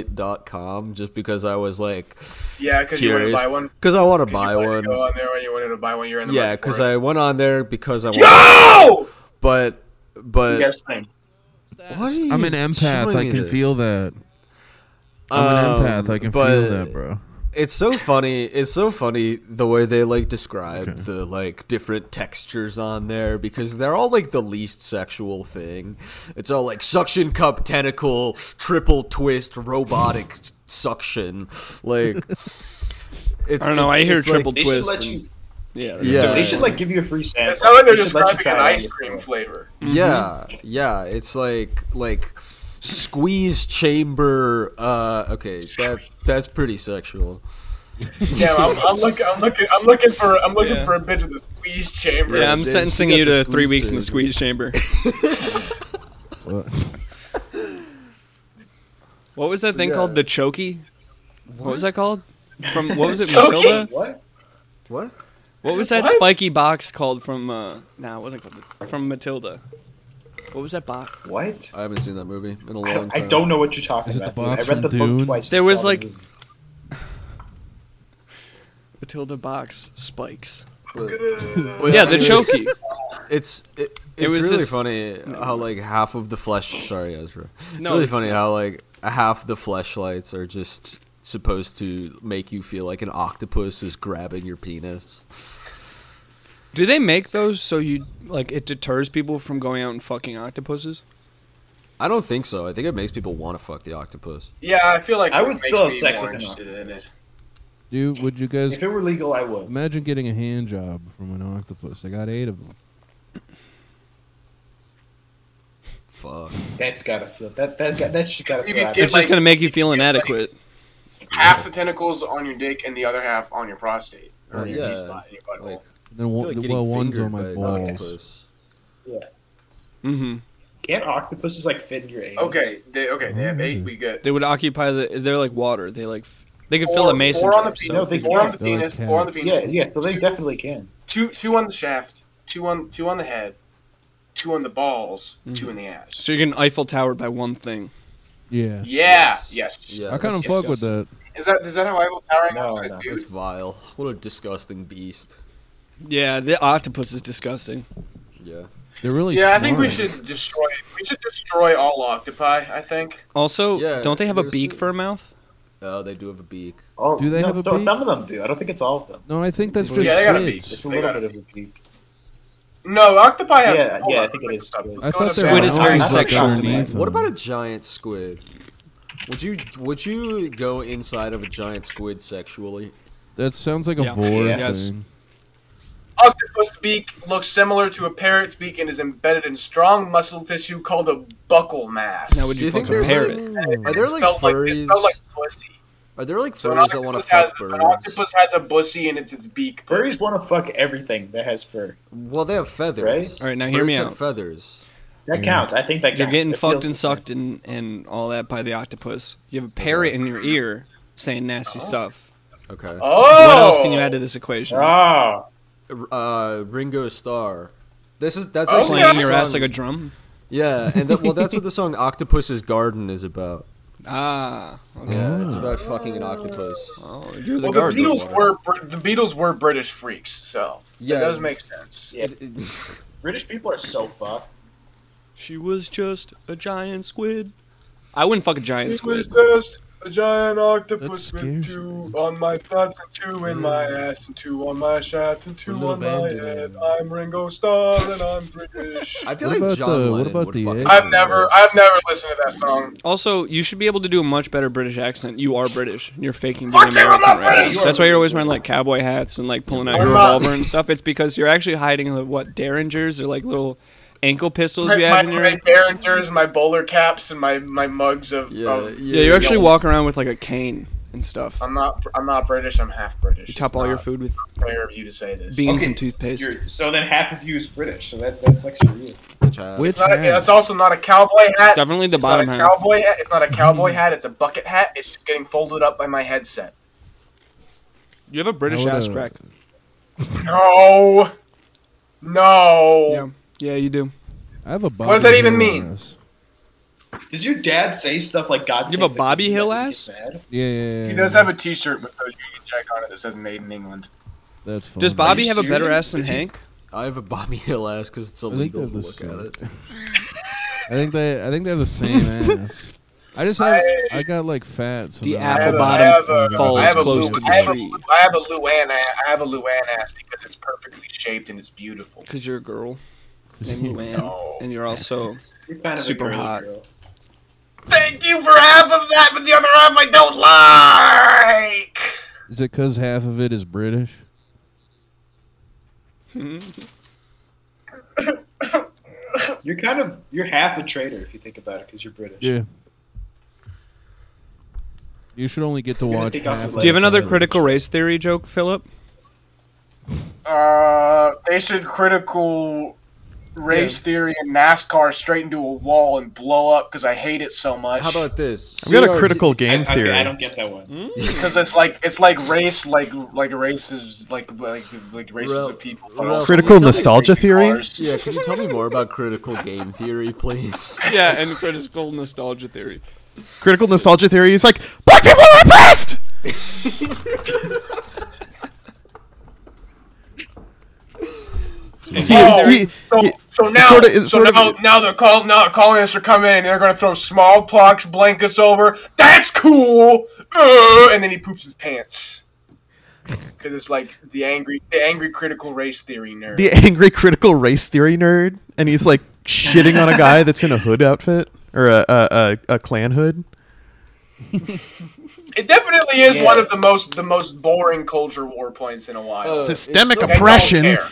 Speaker 2: fleshlight.com just because I was like
Speaker 5: Yeah, because you want to
Speaker 2: curious
Speaker 5: buy one.
Speaker 2: because I want to
Speaker 5: 'Cause you
Speaker 2: buy
Speaker 5: wanted to
Speaker 2: one.
Speaker 5: Go on there when you wanted to buy one. You're in the
Speaker 2: Yeah,
Speaker 5: market for
Speaker 2: because
Speaker 5: it.
Speaker 2: I went on there because I wanted,
Speaker 5: Oh!
Speaker 2: but but
Speaker 7: You guys think?
Speaker 2: Why are
Speaker 6: I'm
Speaker 2: you
Speaker 6: an empath.
Speaker 2: showing
Speaker 6: I
Speaker 2: me
Speaker 6: can
Speaker 2: this?
Speaker 6: feel that. I'm
Speaker 2: Um,
Speaker 6: an empath. I can
Speaker 2: but
Speaker 6: feel that, bro.
Speaker 2: It's so funny. It's so funny the way they like describe the like different textures on there because they're all like the least sexual thing. It's all like suction cup tentacle, triple twist, robotic s- suction. Like it's,
Speaker 4: I don't know.
Speaker 2: it's-
Speaker 4: I hear
Speaker 2: it's, like,
Speaker 4: triple
Speaker 7: They should
Speaker 4: twist.
Speaker 7: let
Speaker 4: and-
Speaker 7: you.
Speaker 4: yeah, that's
Speaker 2: Yeah.
Speaker 4: different.
Speaker 7: They should like give you a free sample.
Speaker 5: It's not like they're
Speaker 7: They should let you
Speaker 5: describing
Speaker 7: try
Speaker 5: an
Speaker 7: it on
Speaker 5: ice
Speaker 7: this
Speaker 5: cream
Speaker 7: one.
Speaker 5: flavor.
Speaker 4: mm-hmm.
Speaker 2: Yeah, yeah. It's like like squeeze chamber. Uh, okay, that that's pretty sexual.
Speaker 5: Yeah, I'm, I'm looking. I'm looking. I'm looking for. I'm looking
Speaker 4: Yeah.
Speaker 5: for a bitch with a squeeze chamber.
Speaker 4: Yeah, I'm
Speaker 2: Dude, she
Speaker 4: sentencing
Speaker 2: got
Speaker 4: you
Speaker 2: the
Speaker 4: to
Speaker 2: squeeze
Speaker 4: three weeks in the
Speaker 2: chamber.
Speaker 4: squeeze chamber.
Speaker 6: What?
Speaker 4: What was that thing
Speaker 2: Yeah.
Speaker 4: called? The chokey? What? was that called? From what was it,
Speaker 5: Chokey?
Speaker 4: Matilda?
Speaker 7: What?
Speaker 2: What?
Speaker 4: What was that
Speaker 5: What?
Speaker 4: spiky box called from? uh Nah, it wasn't called from Matilda. What was that box?
Speaker 7: What?
Speaker 2: I haven't seen that movie in a
Speaker 7: I,
Speaker 2: long
Speaker 7: I
Speaker 2: time.
Speaker 7: don't know what you're talking
Speaker 6: Is it the
Speaker 7: about.
Speaker 6: box
Speaker 7: dude. I
Speaker 6: from
Speaker 7: read the
Speaker 6: Dune?
Speaker 7: book twice. and
Speaker 4: There was,
Speaker 7: saw the
Speaker 4: like-
Speaker 7: movie.
Speaker 4: Matilda box spikes.
Speaker 2: But-
Speaker 4: yeah, the
Speaker 2: anyways,
Speaker 4: chokey.
Speaker 2: It's it, it's
Speaker 4: was
Speaker 2: really
Speaker 4: this-
Speaker 2: funny how like half of the flesh. Sorry, Ezra. It's
Speaker 4: No,
Speaker 2: really
Speaker 4: it's-
Speaker 2: funny how like half the fleshlights are just supposed to make you feel like an octopus is grabbing your penis.
Speaker 4: Do they make those so you like it deters people from going out and fucking octopuses?
Speaker 2: I don't think so. I think it makes people want to fuck the octopus.
Speaker 5: Yeah, I feel like
Speaker 7: I
Speaker 5: that
Speaker 7: would
Speaker 5: makes
Speaker 7: still have
Speaker 5: me
Speaker 7: sex
Speaker 5: more
Speaker 7: with an
Speaker 5: interested in it.
Speaker 6: Dude, would you guys
Speaker 7: If it were legal, I would.
Speaker 6: imagine getting a hand job from an octopus? I got eight of them.
Speaker 2: Fuck.
Speaker 7: That's gotta feel that that that, that shit gotta
Speaker 5: You
Speaker 7: feel.
Speaker 5: could
Speaker 7: out.
Speaker 5: get-
Speaker 4: It's just gonna make you feel inadequate.
Speaker 5: Half the tentacles on your dick and the other half on your prostate or
Speaker 7: Oh,
Speaker 2: Well,
Speaker 5: your
Speaker 2: yeah,
Speaker 5: yeah. spot, your butthole.
Speaker 2: Like,
Speaker 6: Then
Speaker 2: I feel
Speaker 6: one,
Speaker 2: like
Speaker 6: well,
Speaker 2: getting
Speaker 6: one's
Speaker 2: fingered
Speaker 6: on
Speaker 2: by
Speaker 6: my
Speaker 2: an
Speaker 6: balls.
Speaker 2: octopus.
Speaker 4: Mm-hmm.
Speaker 7: Can't octopuses like fit in your anus?
Speaker 5: okay, they, okay, they have
Speaker 7: Mm.
Speaker 5: eight. We good.
Speaker 4: They would occupy the. They're like water. They like. f- They could fill
Speaker 5: Four-
Speaker 4: a mason
Speaker 5: four on the
Speaker 4: jar.
Speaker 5: penis,
Speaker 4: so-
Speaker 7: No, they
Speaker 5: four on the
Speaker 7: can't.
Speaker 5: penis, four on the penis,
Speaker 7: Yeah, yeah. So they definitely can.
Speaker 5: two two on the shaft, two on two on the head, two on the balls,
Speaker 7: Mm.
Speaker 5: two in the ass.
Speaker 4: So you're getting Eiffel Towered by one thing.
Speaker 6: Yeah.
Speaker 5: Yeah, yes.
Speaker 2: Yeah.
Speaker 6: I kind of
Speaker 5: Yes,
Speaker 6: fuck
Speaker 5: yes.
Speaker 6: with that.
Speaker 5: Is that is that how I will powering
Speaker 7: No,
Speaker 5: up?
Speaker 7: no.
Speaker 2: It's
Speaker 5: Dude,
Speaker 2: vile. What a disgusting beast.
Speaker 4: Yeah, the octopus is disgusting.
Speaker 2: Yeah.
Speaker 6: They're really
Speaker 5: yeah, I think we
Speaker 6: smart.
Speaker 5: should destroy. We should destroy all octopi. I think.
Speaker 4: Also,
Speaker 2: Yeah,
Speaker 4: don't they have a
Speaker 2: there's
Speaker 4: beak
Speaker 2: a-
Speaker 4: for a mouth?
Speaker 2: Oh, they do have a beak.
Speaker 7: Oh,
Speaker 6: Do they
Speaker 7: no,
Speaker 6: have a
Speaker 7: so-
Speaker 6: beak?
Speaker 7: Some of them do. I don't think it's all of them.
Speaker 6: No, I think that's
Speaker 5: Yeah,
Speaker 6: for
Speaker 5: they gotta be.
Speaker 6: squids.
Speaker 7: It's a
Speaker 5: They
Speaker 7: little
Speaker 5: got
Speaker 7: bit of a beak.
Speaker 5: No, octopi have.
Speaker 7: Yeah,
Speaker 5: hold
Speaker 7: yeah,
Speaker 5: on,
Speaker 7: I think it
Speaker 5: let's
Speaker 7: is
Speaker 5: look
Speaker 7: squid.
Speaker 5: this
Speaker 6: I
Speaker 5: up. Let's
Speaker 6: thought
Speaker 5: go
Speaker 6: they
Speaker 5: to
Speaker 4: Squid
Speaker 6: were
Speaker 4: is very
Speaker 6: eyes
Speaker 4: sexual.
Speaker 6: underneath
Speaker 2: What
Speaker 6: them.
Speaker 2: about a giant squid? Would you would you go inside of a giant squid sexually?
Speaker 6: That sounds like a
Speaker 4: Yeah.
Speaker 6: vor
Speaker 4: Yeah. Yes.
Speaker 6: thing.
Speaker 5: Octopus beak looks similar to a parrot's beak and is embedded in strong muscle tissue called a buckle mass.
Speaker 4: Now, would
Speaker 2: Do
Speaker 4: you,
Speaker 2: you think
Speaker 4: fuck a
Speaker 2: there's
Speaker 4: parrot?
Speaker 2: like, are there like
Speaker 5: Spelled like, it's
Speaker 2: furries?
Speaker 5: spelled like pussy.
Speaker 2: Are there like
Speaker 5: So an
Speaker 2: furries that want to
Speaker 5: octopus has,
Speaker 2: fuck
Speaker 5: an
Speaker 2: birds?
Speaker 5: octopus has a bussy and it's its beak.
Speaker 7: Furries want to fuck everything that has fur.
Speaker 2: Well, they have feathers.
Speaker 7: Right?
Speaker 4: All right, now hear
Speaker 2: Birds
Speaker 4: me
Speaker 2: have
Speaker 4: out.
Speaker 2: Feathers.
Speaker 7: That counts. I think that counts.
Speaker 4: You're getting
Speaker 7: It
Speaker 4: fucked
Speaker 7: feels
Speaker 4: and
Speaker 7: the same.
Speaker 4: sucked and, and all that by the octopus. You have a parrot in your
Speaker 2: Oh.
Speaker 4: ear saying nasty stuff.
Speaker 2: Okay.
Speaker 5: Oh,
Speaker 4: What else can you add to this equation?
Speaker 2: Oh.
Speaker 7: Ah,
Speaker 2: Uh, Ringo Starr. This is that's
Speaker 5: Oh,
Speaker 2: actually
Speaker 5: yeah.
Speaker 4: Playing
Speaker 2: the
Speaker 4: your ass
Speaker 2: song-
Speaker 4: like a drum?
Speaker 2: yeah, and that, well, that's what the song "Octopus's Garden" is about.
Speaker 4: Ah, okay.
Speaker 2: Yeah, it's about fucking an octopus.
Speaker 4: Oh, you're the
Speaker 5: Well,
Speaker 4: guard.
Speaker 5: the Beatles
Speaker 4: Goldwater.
Speaker 5: were Br- the Beatles were British freaks, so yeah,
Speaker 2: Yeah.
Speaker 5: it does make sense.
Speaker 7: Yeah. British people are so fucked.
Speaker 4: She was just a giant squid. I wouldn't fuck a giant squid.
Speaker 5: just a giant
Speaker 6: That
Speaker 5: octopus
Speaker 6: scares with two
Speaker 5: on my nuts and two in my
Speaker 4: Mm.
Speaker 5: ass and two on my shaft and two on my head. I'm Ringo Starr and I'm British.
Speaker 2: I feel
Speaker 6: What
Speaker 2: like
Speaker 6: about
Speaker 2: John
Speaker 6: the- what
Speaker 2: Lennon
Speaker 6: about
Speaker 2: would
Speaker 6: the
Speaker 2: fucking
Speaker 6: egg?
Speaker 5: I've never, I've never listened to that song.
Speaker 4: Also, you should be able to do a much better British accent. You are British. and You're faking being
Speaker 5: Fuck you, I'm
Speaker 4: American
Speaker 5: not
Speaker 4: right
Speaker 5: British!
Speaker 4: now. That's why you're always wearing like cowboy hats and like pulling out your
Speaker 5: I'm not.
Speaker 4: revolver and stuff. It's because you're actually hiding like, what derringers or like little ankle pistols
Speaker 5: My,
Speaker 4: you have
Speaker 5: my,
Speaker 4: in your.
Speaker 5: my Behringers, my bowler caps, and my, my mugs of.
Speaker 2: Yeah,
Speaker 5: of
Speaker 4: Yeah, you actually walk around with like a cane and stuff.
Speaker 5: I'm not, I'm not British. I'm half British.
Speaker 4: You top
Speaker 5: It's
Speaker 4: all
Speaker 5: Oh,
Speaker 4: your
Speaker 5: not
Speaker 4: food with
Speaker 5: Fair of you to say this.
Speaker 4: beans
Speaker 7: Okay,
Speaker 4: and toothpaste.
Speaker 7: You're, so then half of you is British. So that that's extra you.
Speaker 2: child.
Speaker 6: Which
Speaker 5: It's not. A,
Speaker 6: hand?
Speaker 5: it's also not a cowboy hat.
Speaker 4: Definitely the
Speaker 5: It's
Speaker 4: bottom
Speaker 5: not a
Speaker 4: half. Mm-hmm.
Speaker 5: cowboy hat. It's not a cowboy hat. It's a bucket hat. It's just getting folded up by my headset.
Speaker 4: You have a British
Speaker 6: I
Speaker 7: uh,
Speaker 6: would've-
Speaker 4: ass crack.
Speaker 5: No, no.
Speaker 4: Yeah, yeah, you do.
Speaker 6: I have a
Speaker 5: does that
Speaker 6: Bobby
Speaker 5: even
Speaker 6: Hill
Speaker 5: mean?
Speaker 6: ass.
Speaker 7: Does your dad say stuff like God?
Speaker 4: You have
Speaker 7: save
Speaker 4: a
Speaker 7: the
Speaker 4: Bobby
Speaker 7: king,"
Speaker 4: Hill
Speaker 7: like,
Speaker 4: ass?
Speaker 7: when he gets mad?
Speaker 6: Yeah, yeah, yeah.
Speaker 5: He does have a T-shirt with a Union Jack on it that says "Made in England."
Speaker 6: That's fun.
Speaker 4: Does Bobby
Speaker 7: you
Speaker 4: have a better
Speaker 7: serious?
Speaker 4: ass than
Speaker 7: Is he-
Speaker 4: Hank?
Speaker 2: I have a Bobby Hill ass because it's
Speaker 6: think
Speaker 2: illegal to
Speaker 6: they're the
Speaker 2: look at it.
Speaker 6: I think they. I think they have the same ass. I just have. I got like fat. So
Speaker 4: The
Speaker 6: now-
Speaker 5: I have
Speaker 4: apple
Speaker 5: a-
Speaker 4: bottom
Speaker 5: I have a-
Speaker 4: falls
Speaker 5: I have a
Speaker 4: close
Speaker 5: Lu-
Speaker 4: to the
Speaker 5: I have a
Speaker 4: tree.
Speaker 5: Lu- I have a Luann. ass- I have a Luann ass because it's perfectly shaped and it's beautiful.
Speaker 4: Because you're a girl. And you win.
Speaker 5: No.
Speaker 4: And you're also.
Speaker 7: You're kind of a
Speaker 4: Super
Speaker 7: girly
Speaker 4: hot.
Speaker 7: girl.
Speaker 5: Thank you for half of that, but the other half I don't like.
Speaker 6: Is it because half of it is British?
Speaker 7: You're kind of you're half a traitor if you think about it because you're British.
Speaker 6: You should only get to
Speaker 7: gonna
Speaker 6: watch
Speaker 7: take off
Speaker 6: half.
Speaker 7: your
Speaker 6: of
Speaker 4: Do you have
Speaker 6: it.
Speaker 4: another critical race theory joke, Philip?
Speaker 5: Uh, they should critical race theory and NASCAR straight into a wall and blow up because I hate it so much.
Speaker 2: How about this?
Speaker 1: I've got a
Speaker 2: CRT
Speaker 1: critical game
Speaker 7: Okay, I
Speaker 1: theory.
Speaker 7: don't get that
Speaker 4: Mm-hmm.
Speaker 7: one.
Speaker 5: Because it's like it's like race, like like races, like like like races
Speaker 2: Rel-
Speaker 5: of people.
Speaker 2: Rel-
Speaker 1: Critical
Speaker 5: Something
Speaker 1: nostalgia
Speaker 5: like
Speaker 1: theory?
Speaker 5: cars.
Speaker 2: Yeah, could you tell me more about critical game theory, please?
Speaker 4: Yeah, and critical nostalgia theory.
Speaker 1: Critical nostalgia theory is like black people are oppressed. See,
Speaker 5: Oh,
Speaker 1: he-
Speaker 5: so,
Speaker 1: he-
Speaker 5: so now,
Speaker 1: sorta- it's
Speaker 5: so
Speaker 1: sorta-
Speaker 5: now, now they're called now colonists are coming in and they're gonna throw smallpox blankets over. That's cool. Uh, and then he poops his pants because it's like the angry, the angry critical race theory nerd.
Speaker 1: the angry critical race theory nerd, and he's like shitting on a guy that's in a hood outfit. or a a, a, a clan hood.
Speaker 5: It definitely is
Speaker 7: Yeah.
Speaker 5: one of the most the most boring culture war points in a while.
Speaker 4: Uh,
Speaker 1: Systemic
Speaker 5: Like, I don't
Speaker 1: oppression
Speaker 5: care.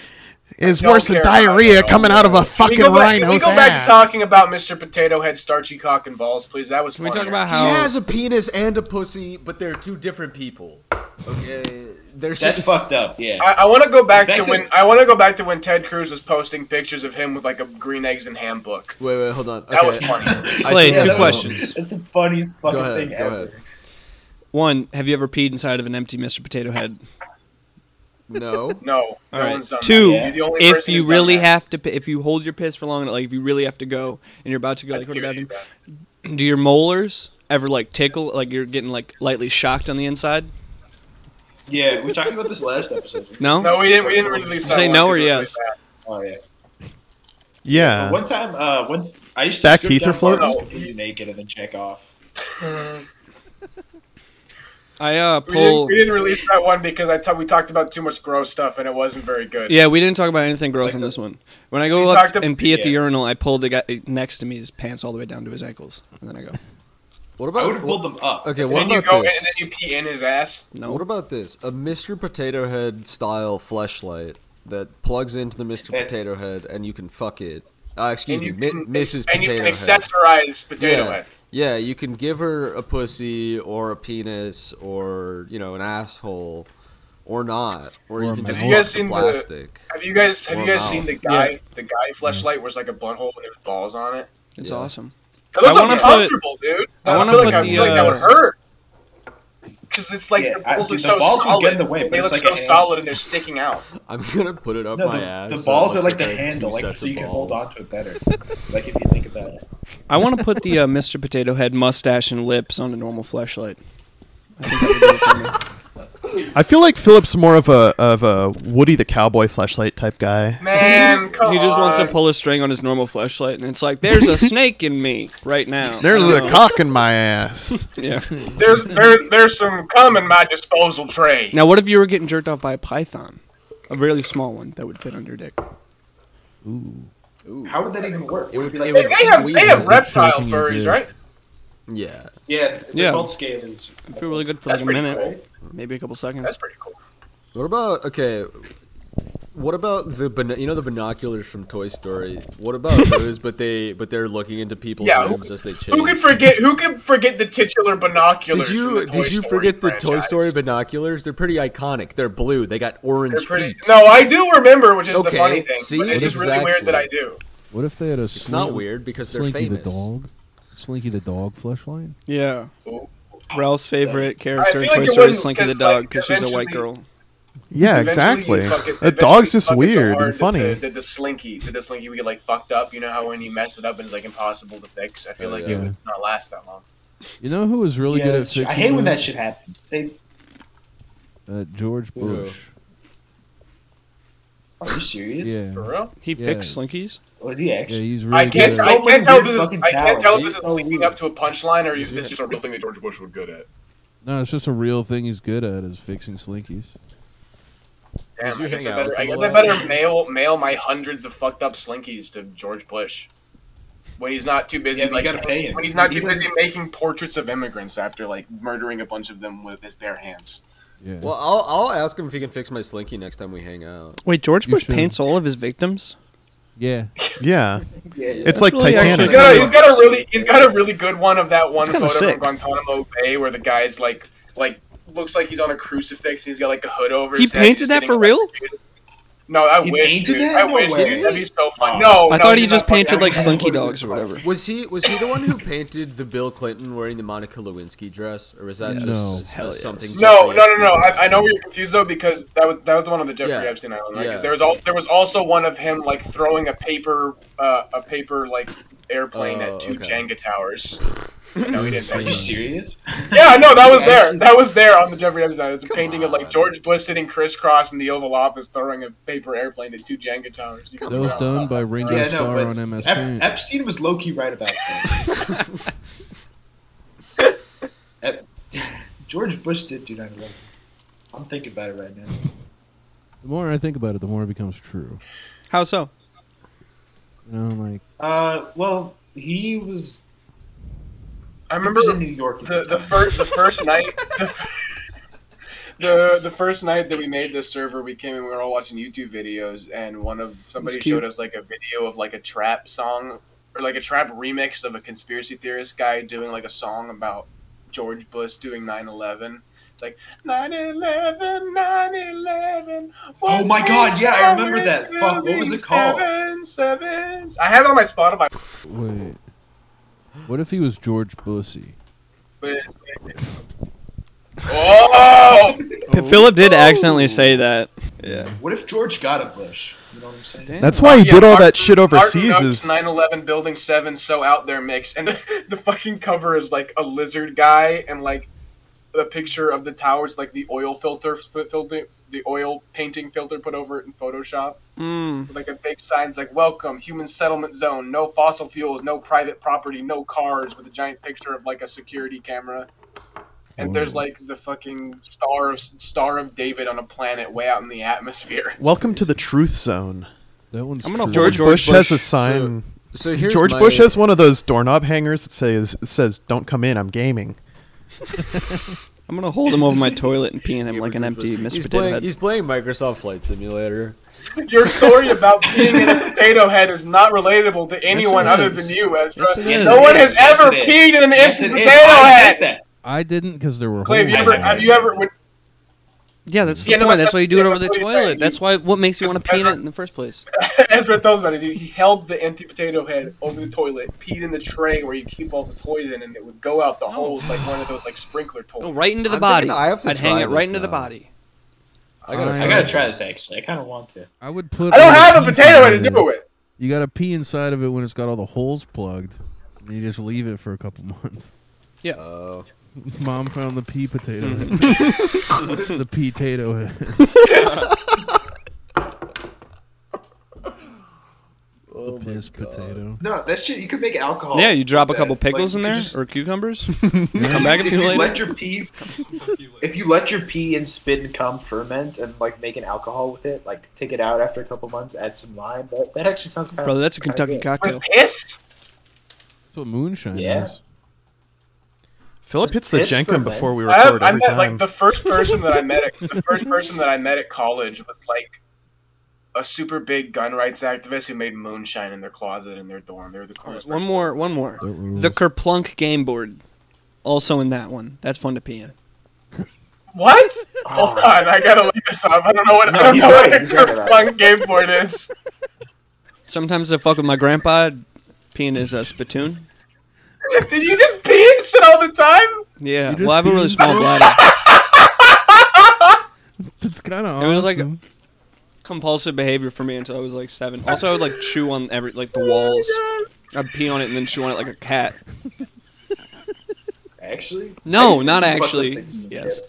Speaker 1: is
Speaker 5: don't
Speaker 1: worse than
Speaker 5: care about it
Speaker 1: diarrhea
Speaker 5: at all.
Speaker 1: coming out of a
Speaker 5: Can we
Speaker 1: fucking
Speaker 5: go back, Can we
Speaker 1: rhino's
Speaker 5: go back
Speaker 1: ass.
Speaker 5: to talking about Mr. Potato Head, starchy cock and balls, please? That was.
Speaker 4: Can we talk
Speaker 5: funnier.
Speaker 4: about
Speaker 8: He
Speaker 4: how
Speaker 8: has a penis and a pussy, but they're two different people. Okay, there should
Speaker 3: That's
Speaker 8: be-
Speaker 3: fucked up. Yeah.
Speaker 5: I, I want to go back
Speaker 3: Back
Speaker 5: to
Speaker 3: to-
Speaker 5: when I want to go back to when Ted Cruz was posting pictures of him with like a green eggs and ham book.
Speaker 2: Wait, wait, hold on.
Speaker 5: That
Speaker 2: Okay,
Speaker 5: was funny.
Speaker 2: I
Speaker 4: Clay,
Speaker 2: think
Speaker 4: two
Speaker 2: I know.
Speaker 4: questions.
Speaker 3: That's the funniest fucking
Speaker 2: Go ahead.
Speaker 3: thing
Speaker 2: Go
Speaker 3: ever.
Speaker 2: ahead.
Speaker 4: One, have you ever peed inside of an empty Mr. Potato Head?
Speaker 2: No.
Speaker 5: No, no
Speaker 4: All right.
Speaker 5: one's done that.
Speaker 4: Two,
Speaker 5: You're the only
Speaker 4: if
Speaker 5: person
Speaker 4: you
Speaker 5: who's done
Speaker 4: really
Speaker 5: that.
Speaker 4: have to, p- if you hold your piss for long enough, like if you really have to go and you're about to go, like,
Speaker 5: I'd
Speaker 4: go to the
Speaker 5: give it
Speaker 4: bathroom,
Speaker 5: to you,
Speaker 4: do your molars ever like tickle, like you're getting like lightly shocked on the inside?
Speaker 3: Yeah, we talked about this last episode.
Speaker 4: No.
Speaker 5: No, we didn't. We didn't release.
Speaker 4: You
Speaker 5: that
Speaker 4: say
Speaker 5: one
Speaker 4: no
Speaker 5: 'cause
Speaker 4: or
Speaker 5: it was really
Speaker 4: yes?
Speaker 5: sad.
Speaker 3: Oh yeah.
Speaker 1: Yeah.
Speaker 3: One time, uh, when I used to
Speaker 1: Back
Speaker 3: strip
Speaker 1: teeth
Speaker 3: down
Speaker 1: are floating?
Speaker 3: Barbies completely naked and then check off.
Speaker 4: I uh
Speaker 5: We didn't,
Speaker 4: pull.
Speaker 5: we didn't release that one because I t- we talked about too much gross stuff and it wasn't very good.
Speaker 4: Yeah, we didn't talk about anything gross on this one. When I go
Speaker 5: uh, We
Speaker 4: up
Speaker 5: talked ab-
Speaker 4: and pee at the
Speaker 3: yeah.
Speaker 4: urinal, I pull the guy next to me his pants all the way down to his ankles, and then I go.
Speaker 2: What
Speaker 3: I would
Speaker 2: about
Speaker 3: have pulled them up.
Speaker 2: okay?
Speaker 5: And
Speaker 2: What
Speaker 5: then you
Speaker 2: about
Speaker 5: go in
Speaker 2: this?
Speaker 5: and then you pee in his ass.
Speaker 4: No.
Speaker 2: What about this? A Mr. Potato Head style fleshlight that plugs into the Mr.
Speaker 3: That's-
Speaker 2: Potato Head and you can fuck it. Uh, excuse
Speaker 5: And
Speaker 2: me,
Speaker 5: you
Speaker 2: mi-
Speaker 5: can,
Speaker 2: Mrs.
Speaker 5: And
Speaker 2: Potato
Speaker 5: you can
Speaker 2: Head.
Speaker 5: accessorize Potato
Speaker 2: yeah.
Speaker 5: Head.
Speaker 2: yeah, you can give her a pussy or a penis or, you know, an asshole or not. Or, you
Speaker 6: Or
Speaker 2: can
Speaker 6: a
Speaker 2: just
Speaker 5: mouth.
Speaker 2: fuck the
Speaker 5: Have you guys seen
Speaker 2: plastic.
Speaker 5: Have you guys have
Speaker 2: Or
Speaker 5: you guys
Speaker 2: mouth.
Speaker 5: seen the guy the guy
Speaker 4: Mm-hmm.
Speaker 5: fleshlight where it's like a butthole and there's balls on it?
Speaker 4: It's
Speaker 2: Yeah.
Speaker 4: awesome.
Speaker 5: It looks
Speaker 4: I wanna
Speaker 5: uncomfortable, dude.
Speaker 4: I wanna
Speaker 5: feel
Speaker 4: put
Speaker 5: like, I
Speaker 4: the,
Speaker 5: feel like that would
Speaker 4: uh,
Speaker 5: hurt. Because it's like
Speaker 3: Yeah,
Speaker 5: the
Speaker 3: I-
Speaker 5: balls
Speaker 3: dude,
Speaker 5: are
Speaker 3: the
Speaker 5: so
Speaker 3: balls would
Speaker 5: solid.
Speaker 3: get in the way, but
Speaker 5: they
Speaker 3: it's
Speaker 5: look
Speaker 3: like eh.
Speaker 5: so
Speaker 3: a hand.
Speaker 5: solid and they're sticking out.
Speaker 2: I'm gonna put it up
Speaker 3: No,
Speaker 2: my
Speaker 3: the,
Speaker 2: ass.
Speaker 3: the
Speaker 2: so it
Speaker 3: balls are
Speaker 2: looks
Speaker 3: like the
Speaker 2: I have two
Speaker 3: handle, like
Speaker 2: sets
Speaker 3: so
Speaker 2: of
Speaker 3: you can hold
Speaker 2: balls.
Speaker 3: onto it better. like if you think about it.
Speaker 4: I want to put the uh, Mr. Potato Head mustache and lips on a normal flashlight. I think that would do it for me.
Speaker 1: I feel like Philip's more of a of a Woody the Cowboy flashlight type guy.
Speaker 5: Man, come
Speaker 4: He just wants to
Speaker 5: on.
Speaker 4: pull a string on his normal flashlight, and it's like, "There's a snake in me right now."
Speaker 1: There's a cock in my ass.
Speaker 4: yeah.
Speaker 5: There's there, there's some cum in my disposal tray.
Speaker 4: Now, what if you were getting jerked off by a python, a really small one that would fit on your dick?
Speaker 3: How would that even work? It would be like,
Speaker 5: They, they have they have
Speaker 2: Squeeze it.
Speaker 5: reptile
Speaker 6: Shaking your
Speaker 5: furries,
Speaker 6: dick.
Speaker 5: right?
Speaker 2: Yeah.
Speaker 3: yeah, they're
Speaker 4: Yeah.
Speaker 3: called scalers.
Speaker 4: I feel really good for
Speaker 5: That's
Speaker 4: like
Speaker 5: pretty
Speaker 4: a minute,
Speaker 5: cool.
Speaker 4: maybe a couple seconds.
Speaker 5: That's pretty cool.
Speaker 2: What about okay? What about the bin- you know the binoculars from Toy Story? What about those? but they but they're looking into people's
Speaker 5: Yeah, who-
Speaker 2: rooms as they change.
Speaker 5: Who could forget who could forget the titular binoculars?
Speaker 2: did you
Speaker 5: from the Toy
Speaker 2: did you
Speaker 5: Story
Speaker 2: forget the Toy
Speaker 5: franchise?
Speaker 2: Story binoculars? They're pretty iconic. They're blue. They got orange
Speaker 5: They're pretty-
Speaker 2: feet.
Speaker 5: No, I do remember, which is the
Speaker 2: Okay,
Speaker 5: funny thing.
Speaker 2: see?
Speaker 5: but it's just really weird that I do.
Speaker 6: What if they had a
Speaker 2: It's not weird because they're
Speaker 6: Slinky
Speaker 2: famous.
Speaker 6: the dog? Slinky the dog flashlight?
Speaker 4: Yeah.
Speaker 5: Ooh.
Speaker 4: Ralph's favorite
Speaker 5: I
Speaker 4: character
Speaker 5: feel
Speaker 4: in
Speaker 5: like
Speaker 4: Toy
Speaker 5: it
Speaker 4: Story
Speaker 5: wouldn't,
Speaker 4: is Slinky the
Speaker 5: 'cause, like,
Speaker 4: dog because she's a white
Speaker 5: eventually-
Speaker 4: girl.
Speaker 1: Yeah,
Speaker 5: Eventually
Speaker 1: exactly.
Speaker 5: you fuck it-
Speaker 1: A
Speaker 5: eventually
Speaker 1: dog's
Speaker 5: you
Speaker 1: just
Speaker 5: fuck it so
Speaker 1: weird
Speaker 5: hard
Speaker 1: and
Speaker 5: that
Speaker 1: funny.
Speaker 5: The, the, the slinky, that the slinky, we get like fucked up. You know how when you mess it up and it's like impossible to fix. I feel
Speaker 2: Oh,
Speaker 5: like
Speaker 2: yeah.
Speaker 5: it would not last that long.
Speaker 6: You know who was really good at
Speaker 3: that's true.
Speaker 6: fixing
Speaker 3: I hate when that
Speaker 6: those?
Speaker 3: shit happens. They,
Speaker 6: Uh, George
Speaker 2: Yeah.
Speaker 6: Bush.
Speaker 3: are you serious?
Speaker 6: Yeah.
Speaker 5: For real?
Speaker 4: He
Speaker 6: Yeah.
Speaker 4: fixed Slinkies.
Speaker 3: Was he actually?
Speaker 6: Yeah, he's really
Speaker 5: I can't.
Speaker 6: good at
Speaker 5: I
Speaker 3: Nobody
Speaker 5: can't tell.
Speaker 3: did
Speaker 5: This is,
Speaker 3: fucking
Speaker 5: I can't
Speaker 3: talent.
Speaker 5: tell if this
Speaker 3: He's
Speaker 5: is
Speaker 3: so
Speaker 5: leading
Speaker 3: weird.
Speaker 5: up to a punchline or if this is just a real thing that George Bush was good at.
Speaker 6: No, it's just a real thing he's good at is fixing slinkies.
Speaker 5: Damn,
Speaker 2: you
Speaker 5: I guess
Speaker 2: hang out
Speaker 5: I better.
Speaker 2: with
Speaker 5: I
Speaker 2: him a
Speaker 5: guess I
Speaker 2: lot?
Speaker 5: better mail mail my hundreds of fucked up slinkies to George Bush when he's not too busy.
Speaker 3: Yeah, but you
Speaker 5: like
Speaker 3: gotta pay him.
Speaker 5: when he's not
Speaker 3: He
Speaker 5: too busy
Speaker 3: doesn't-
Speaker 5: making portraits of immigrants after like murdering a bunch of them with his bare hands.
Speaker 6: Yeah.
Speaker 2: Well, I'll I'll ask him if he can fix my Slinky next time we hang out.
Speaker 4: Wait, George
Speaker 6: You Bush should. paints
Speaker 4: all of his victims?
Speaker 6: yeah.
Speaker 1: Yeah,
Speaker 3: Yeah, yeah.
Speaker 1: it's like
Speaker 4: really actually
Speaker 5: He's
Speaker 1: Titanic.
Speaker 5: got, a, he's got a really he's got a really good one of that one
Speaker 4: It's kinda
Speaker 5: photo
Speaker 4: sick.
Speaker 5: from Guantanamo Bay where the guy's like like looks like he's on a crucifix and he's got like a hood over.
Speaker 4: He
Speaker 5: his head,
Speaker 4: painted
Speaker 5: just
Speaker 4: that
Speaker 5: getting
Speaker 4: for real?
Speaker 5: electrocuted. No, I
Speaker 3: He
Speaker 5: wish.
Speaker 3: painted
Speaker 5: Dude.
Speaker 3: that?
Speaker 5: I
Speaker 3: No
Speaker 5: wish.
Speaker 3: way.
Speaker 5: Dude. That'd be so fun.
Speaker 3: Oh.
Speaker 5: No,
Speaker 4: I
Speaker 5: no,
Speaker 4: thought he
Speaker 5: he's
Speaker 4: just
Speaker 5: not fucking-
Speaker 4: painted like
Speaker 3: I wouldn't
Speaker 4: Slinky
Speaker 3: have
Speaker 4: dogs or
Speaker 3: thought
Speaker 4: whatever.
Speaker 2: Was he was he the one who painted the Bill Clinton wearing the Monica Lewinsky dress, or was that
Speaker 6: Yes.
Speaker 2: just
Speaker 6: No.
Speaker 2: a-
Speaker 4: Hell yes.
Speaker 2: something? Jeffrey
Speaker 5: No, no, no, no.
Speaker 2: Epstein did?
Speaker 5: I, I know we were confused though because that was that was the one on the Jeffrey
Speaker 2: Yeah.
Speaker 5: Epstein Island. Right? 'Cause
Speaker 2: Yeah.
Speaker 5: There was all there was also one of him like throwing a paper uh, a paper like airplane
Speaker 2: Oh,
Speaker 5: at two
Speaker 2: okay.
Speaker 5: Jenga towers. no, he didn't.
Speaker 3: Are you
Speaker 5: paint it.
Speaker 3: serious?
Speaker 5: yeah, no, that was
Speaker 3: Yeah,
Speaker 5: there.
Speaker 3: actually-
Speaker 5: That was there on the Jeffrey Epstein. Island. It was a
Speaker 2: Come
Speaker 5: painting of like
Speaker 2: on.
Speaker 5: George Bush sitting crisscross in the Oval Office throwing a paper airplane at two Jenga towers. You can
Speaker 6: That was
Speaker 5: go-
Speaker 6: done by Ringo
Speaker 3: Yeah, no,
Speaker 6: Starr
Speaker 3: but
Speaker 6: on MS
Speaker 3: Ep-
Speaker 6: Paint.
Speaker 3: Epstein was low key right about that. Ep- George Bush did do 9 11. I'm thinking about it right now.
Speaker 6: the more I think about it, the more it becomes true.
Speaker 4: How so?
Speaker 6: You know, like
Speaker 3: Uh, well, he was
Speaker 5: I remember
Speaker 3: was in New York at
Speaker 5: the,
Speaker 3: the
Speaker 5: the
Speaker 3: time.
Speaker 5: first the first night the, the the first night that we made the server we came and we were all watching YouTube videos and one of somebody
Speaker 4: That's cute.
Speaker 5: showed us like a video of like a trap song or like a trap remix of a conspiracy theorist guy doing like a song about George Bush doing 9/11. It's like 9/11, 9/11.
Speaker 3: Oh my God, yeah, I remember that. Fuck, what was it called?
Speaker 5: Seven, sevens. I have it on my Spotify.
Speaker 6: Wait. What if he was George Bussy?
Speaker 5: But it's like, oh,
Speaker 4: Philip did accidentally say that. Yeah.
Speaker 3: What if George got a bush? You know what I'm saying?
Speaker 1: That's why he
Speaker 5: Yeah,
Speaker 1: did all
Speaker 5: Martin-
Speaker 1: that shit overseas.
Speaker 5: Martin
Speaker 1: Is
Speaker 5: 911 Building 7 So Out There mix. And the, the fucking cover is like a lizard guy and like the picture of the towers, like the oil filter, f- filter the oil painting filter put over it in Photoshop.
Speaker 4: Mm.
Speaker 5: With, like a big sign's like, Welcome, human settlement zone, no fossil fuels, no private property, no cars, with a giant picture of like a security camera. And there's like the fucking star of, star of David on a planet way out in the atmosphere.
Speaker 1: welcome to the truth zone.
Speaker 6: That one's
Speaker 4: I'm gonna
Speaker 6: true.
Speaker 1: George, Bush,
Speaker 4: George
Speaker 1: has
Speaker 2: Bush-
Speaker 1: a sign.
Speaker 2: So here's
Speaker 1: George
Speaker 2: my-
Speaker 1: Bush has one of those doorknob hangers that says it says "Don't come in, I'm gaming."
Speaker 4: I'm gonna hold him over my toilet and pee in him like an empty Mr.
Speaker 2: He's
Speaker 4: Potato
Speaker 2: playing,
Speaker 4: Head.
Speaker 2: he's playing Microsoft Flight Simulator.
Speaker 5: Your story about being in a potato head is not relatable to anyone other
Speaker 4: is.
Speaker 5: than you, Ezra.
Speaker 4: Yes, it is.
Speaker 5: no one has
Speaker 3: Yes,
Speaker 5: ever
Speaker 3: it is.
Speaker 5: peed in an
Speaker 3: Yes,
Speaker 5: empty
Speaker 3: it is.
Speaker 5: potato
Speaker 3: I
Speaker 5: head.
Speaker 3: hate that.
Speaker 6: I didn't because there were
Speaker 5: Clay, have you
Speaker 6: holes
Speaker 5: ever?
Speaker 6: in it.
Speaker 5: Have you ever? When,
Speaker 4: Yeah, that's the
Speaker 5: Yeah, no,
Speaker 4: point.
Speaker 5: that's-
Speaker 4: that's why you do it
Speaker 5: yeah,
Speaker 4: over the
Speaker 5: that's what he's saying.
Speaker 4: toilet. That's why what makes you want to pee in it
Speaker 5: Ezra-
Speaker 4: in the first place.
Speaker 5: Ezra tells about this, he he held the empty potato head over the toilet, peed in the tray where you keep all the toys in, and it would go out the holes like one of those like sprinkler toys.
Speaker 4: No, Oh, right into the
Speaker 2: I'm
Speaker 4: body.
Speaker 2: thinking I have to
Speaker 4: I'd hang
Speaker 2: try
Speaker 4: it right
Speaker 2: this
Speaker 4: into the
Speaker 2: now.
Speaker 4: body.
Speaker 2: I gotta.
Speaker 5: Oh,
Speaker 6: I-
Speaker 2: try
Speaker 3: I gotta
Speaker 2: it.
Speaker 3: try this actually. I kind of want to.
Speaker 6: I would put.
Speaker 5: I don't
Speaker 6: all the
Speaker 5: have a
Speaker 6: peas
Speaker 5: potato head
Speaker 6: in
Speaker 5: to do it with.
Speaker 6: You gotta pee inside of it when it's got all the holes plugged. And you just leave it for a couple months. Uh,
Speaker 4: Yeah.
Speaker 6: Mom found the pea potato. head. the pea potato head. the piss potato.
Speaker 3: No, that shit. You could make
Speaker 5: Oh,
Speaker 3: alcohol.
Speaker 4: Yeah, you drop a
Speaker 3: with
Speaker 4: couple
Speaker 3: that. Like,
Speaker 4: pickles
Speaker 3: you
Speaker 4: in
Speaker 3: could
Speaker 4: there
Speaker 3: just-
Speaker 4: or cucumbers. Come back a
Speaker 3: if
Speaker 4: few
Speaker 3: you
Speaker 4: later.
Speaker 3: let your pee, if you let your pee and spit and cum ferment and like make an alcohol with it, like take it out after a couple months, add some lime. That, that actually sounds kind of.
Speaker 4: Brother, that's a Kentucky
Speaker 5: With
Speaker 4: cocktail.
Speaker 5: piss?
Speaker 6: That's what moonshine
Speaker 3: Yeah.
Speaker 6: is.
Speaker 1: Philip hits the
Speaker 3: piss for
Speaker 1: jenkum
Speaker 3: men.
Speaker 1: before we
Speaker 5: I, have-
Speaker 1: record
Speaker 5: I
Speaker 1: every
Speaker 5: met like
Speaker 1: time.
Speaker 5: the first person that I met. At, the first person that I met at college was like a super big gun rights activist who made moonshine in their closet in their dorm. They were the coolest.
Speaker 4: One
Speaker 5: person.
Speaker 4: more, one more.
Speaker 6: That rules.
Speaker 4: The Kerplunk game board, also in that one. That's fun to pee in.
Speaker 5: What?
Speaker 1: Oh
Speaker 5: Hold on, I gotta look this up. I don't know what
Speaker 3: No,
Speaker 5: I don't
Speaker 3: he's
Speaker 5: know
Speaker 3: right,
Speaker 5: what a
Speaker 3: he's right
Speaker 5: Kirk
Speaker 3: about
Speaker 5: Funk game board is.
Speaker 4: Sometimes I fuck with my grandpa, I'd pee in his uh, spittoon.
Speaker 5: Did you just pee and shit all the time?
Speaker 4: Yeah,
Speaker 6: You just
Speaker 4: well, I have a
Speaker 6: pee
Speaker 4: really
Speaker 6: in-
Speaker 4: small bladder.
Speaker 6: That's kind of
Speaker 4: It
Speaker 6: awesome.
Speaker 4: was like Compulsive behavior for me until I was like seven. Also, I would like chew on every like the walls.
Speaker 5: Oh
Speaker 4: I'd pee on it and then chew on it like a cat.
Speaker 3: Actually, I used
Speaker 4: No,
Speaker 3: to
Speaker 4: not
Speaker 3: do fucked up
Speaker 4: actually.
Speaker 3: things.
Speaker 4: Yes.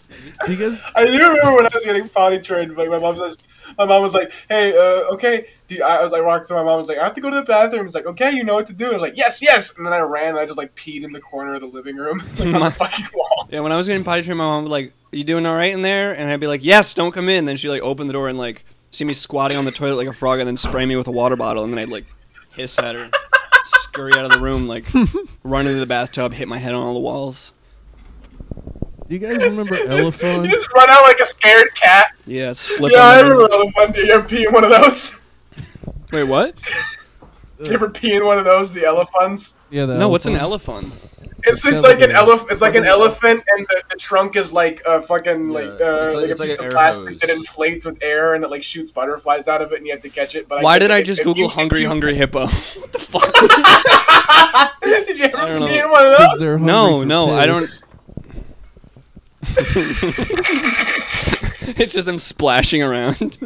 Speaker 6: because
Speaker 5: I do remember when I was getting potty trained. Like my mom says, my mom was like, "Hey, uh, okay." Do you, I was like, walked to my mom. was like, "I have to go to the bathroom." It's like, "Okay, you know what to do." And I was like, "Yes, yes." And then I ran. and I just like peed in the corner of the living room, like on the fucking wall.
Speaker 4: Yeah, when I was getting potty trained, my mom would like, "You doing all right in there?" And I'd be like, "Yes, don't come in." Then she like opened the door and like see me squatting on the toilet like a frog, and then spray me with a water bottle, and then I'd like hiss at her, scurry out of the room, like run into the bathtub, hit my head on all the walls.
Speaker 6: do you guys remember
Speaker 5: You
Speaker 6: Elephant?
Speaker 5: just run out like a scared cat.
Speaker 4: Yeah, slip.
Speaker 5: yeah, I
Speaker 4: on the
Speaker 5: remember the one day you ever pee in one of those.
Speaker 4: Wait, what?
Speaker 5: Did you ever pee in one of those? The elephants.
Speaker 6: Yeah, the
Speaker 4: No, what's an
Speaker 6: elephant.
Speaker 4: elephant?
Speaker 5: It's
Speaker 6: It's
Speaker 5: it's like an
Speaker 6: gotta be-
Speaker 5: elephant. It's like an elephant, and the, the trunk is like a fucking like
Speaker 2: Yeah,
Speaker 5: uh,
Speaker 2: it's like-
Speaker 5: like,
Speaker 2: it's
Speaker 5: a
Speaker 2: like
Speaker 5: piece
Speaker 2: an
Speaker 5: of
Speaker 2: air
Speaker 5: plastic
Speaker 2: hose.
Speaker 5: that inflates with air, and it like shoots butterflies out of it, and you have to catch it. But
Speaker 4: Why did
Speaker 5: think
Speaker 4: I
Speaker 5: if-
Speaker 4: just
Speaker 5: if
Speaker 4: Google
Speaker 5: you-
Speaker 4: hungry hungry hippo?
Speaker 5: did you
Speaker 4: I
Speaker 5: ever
Speaker 4: don't
Speaker 5: pee
Speaker 4: know.
Speaker 5: in one of
Speaker 6: Because
Speaker 5: those?
Speaker 6: they're hungry
Speaker 4: No,
Speaker 6: for
Speaker 4: no, I
Speaker 6: piss.
Speaker 4: it's just them splashing around.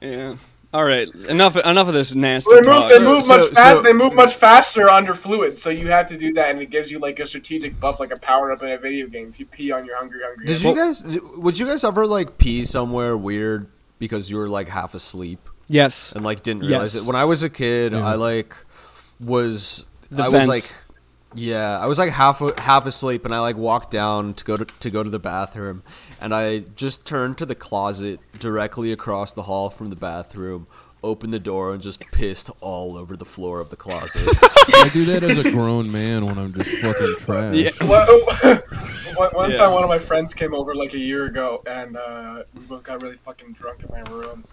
Speaker 4: yeah. All right. Enough. Enough of this nasty
Speaker 5: They move,
Speaker 4: talk.
Speaker 5: they move
Speaker 2: So-
Speaker 5: much
Speaker 2: so-
Speaker 5: fast.
Speaker 2: so-
Speaker 5: they move much faster under fluid, so you have to do that, and it gives you like a strategic buff, like a power up in a video game. If you pee on your hungry hungry,
Speaker 2: Did you guys? Would you guys ever like pee somewhere weird because you were like half asleep?
Speaker 4: Yes.
Speaker 2: and like didn't realize
Speaker 4: Yes.
Speaker 2: it. When I was a kid, I like was
Speaker 4: The
Speaker 2: I
Speaker 4: fence.
Speaker 2: was like yeah, I was like half half asleep and I like walked down to go to, to go to the bathroom and I just turned to the closet directly across the hall from the bathroom, opened the door and just pissed all over the floor of the closet.
Speaker 6: I do that as a grown man when I'm just fucking trash.
Speaker 2: Yeah.
Speaker 5: Well, one one
Speaker 2: Yeah.
Speaker 5: time, one of my friends came over like a year ago, and uh, we both got really fucking drunk in my room,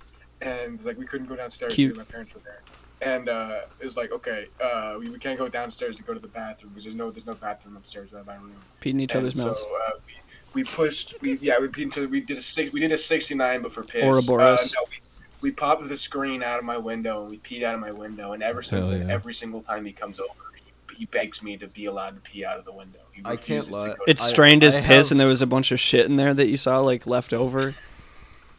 Speaker 5: and like we couldn't go downstairs
Speaker 4: Cute.
Speaker 5: because my parents were there. And uh, it was like, okay, uh, we, we can't go downstairs to go to the bathroom because there's no there's no bathroom upstairs in my room.
Speaker 4: Peeing each
Speaker 5: And
Speaker 4: other's
Speaker 5: so,
Speaker 4: mouths.
Speaker 5: uh, we, we pushed. We yeah, we peed into. We did a six. We did a sixty-nine, but for piss.
Speaker 4: Ouroboros.
Speaker 5: Uh, no, we, we popped the screen out of my window and we peed out of my window. And ever since
Speaker 6: Hell
Speaker 5: then,
Speaker 6: yeah.
Speaker 5: every single time he comes over, he, he begs me to be allowed to pee out of the window. He
Speaker 8: I can't
Speaker 5: refuses
Speaker 8: lie.
Speaker 5: To go
Speaker 4: It
Speaker 8: I-
Speaker 4: strained his
Speaker 8: I
Speaker 4: piss,
Speaker 8: have-
Speaker 4: and there was a bunch of shit in there that you saw like left over.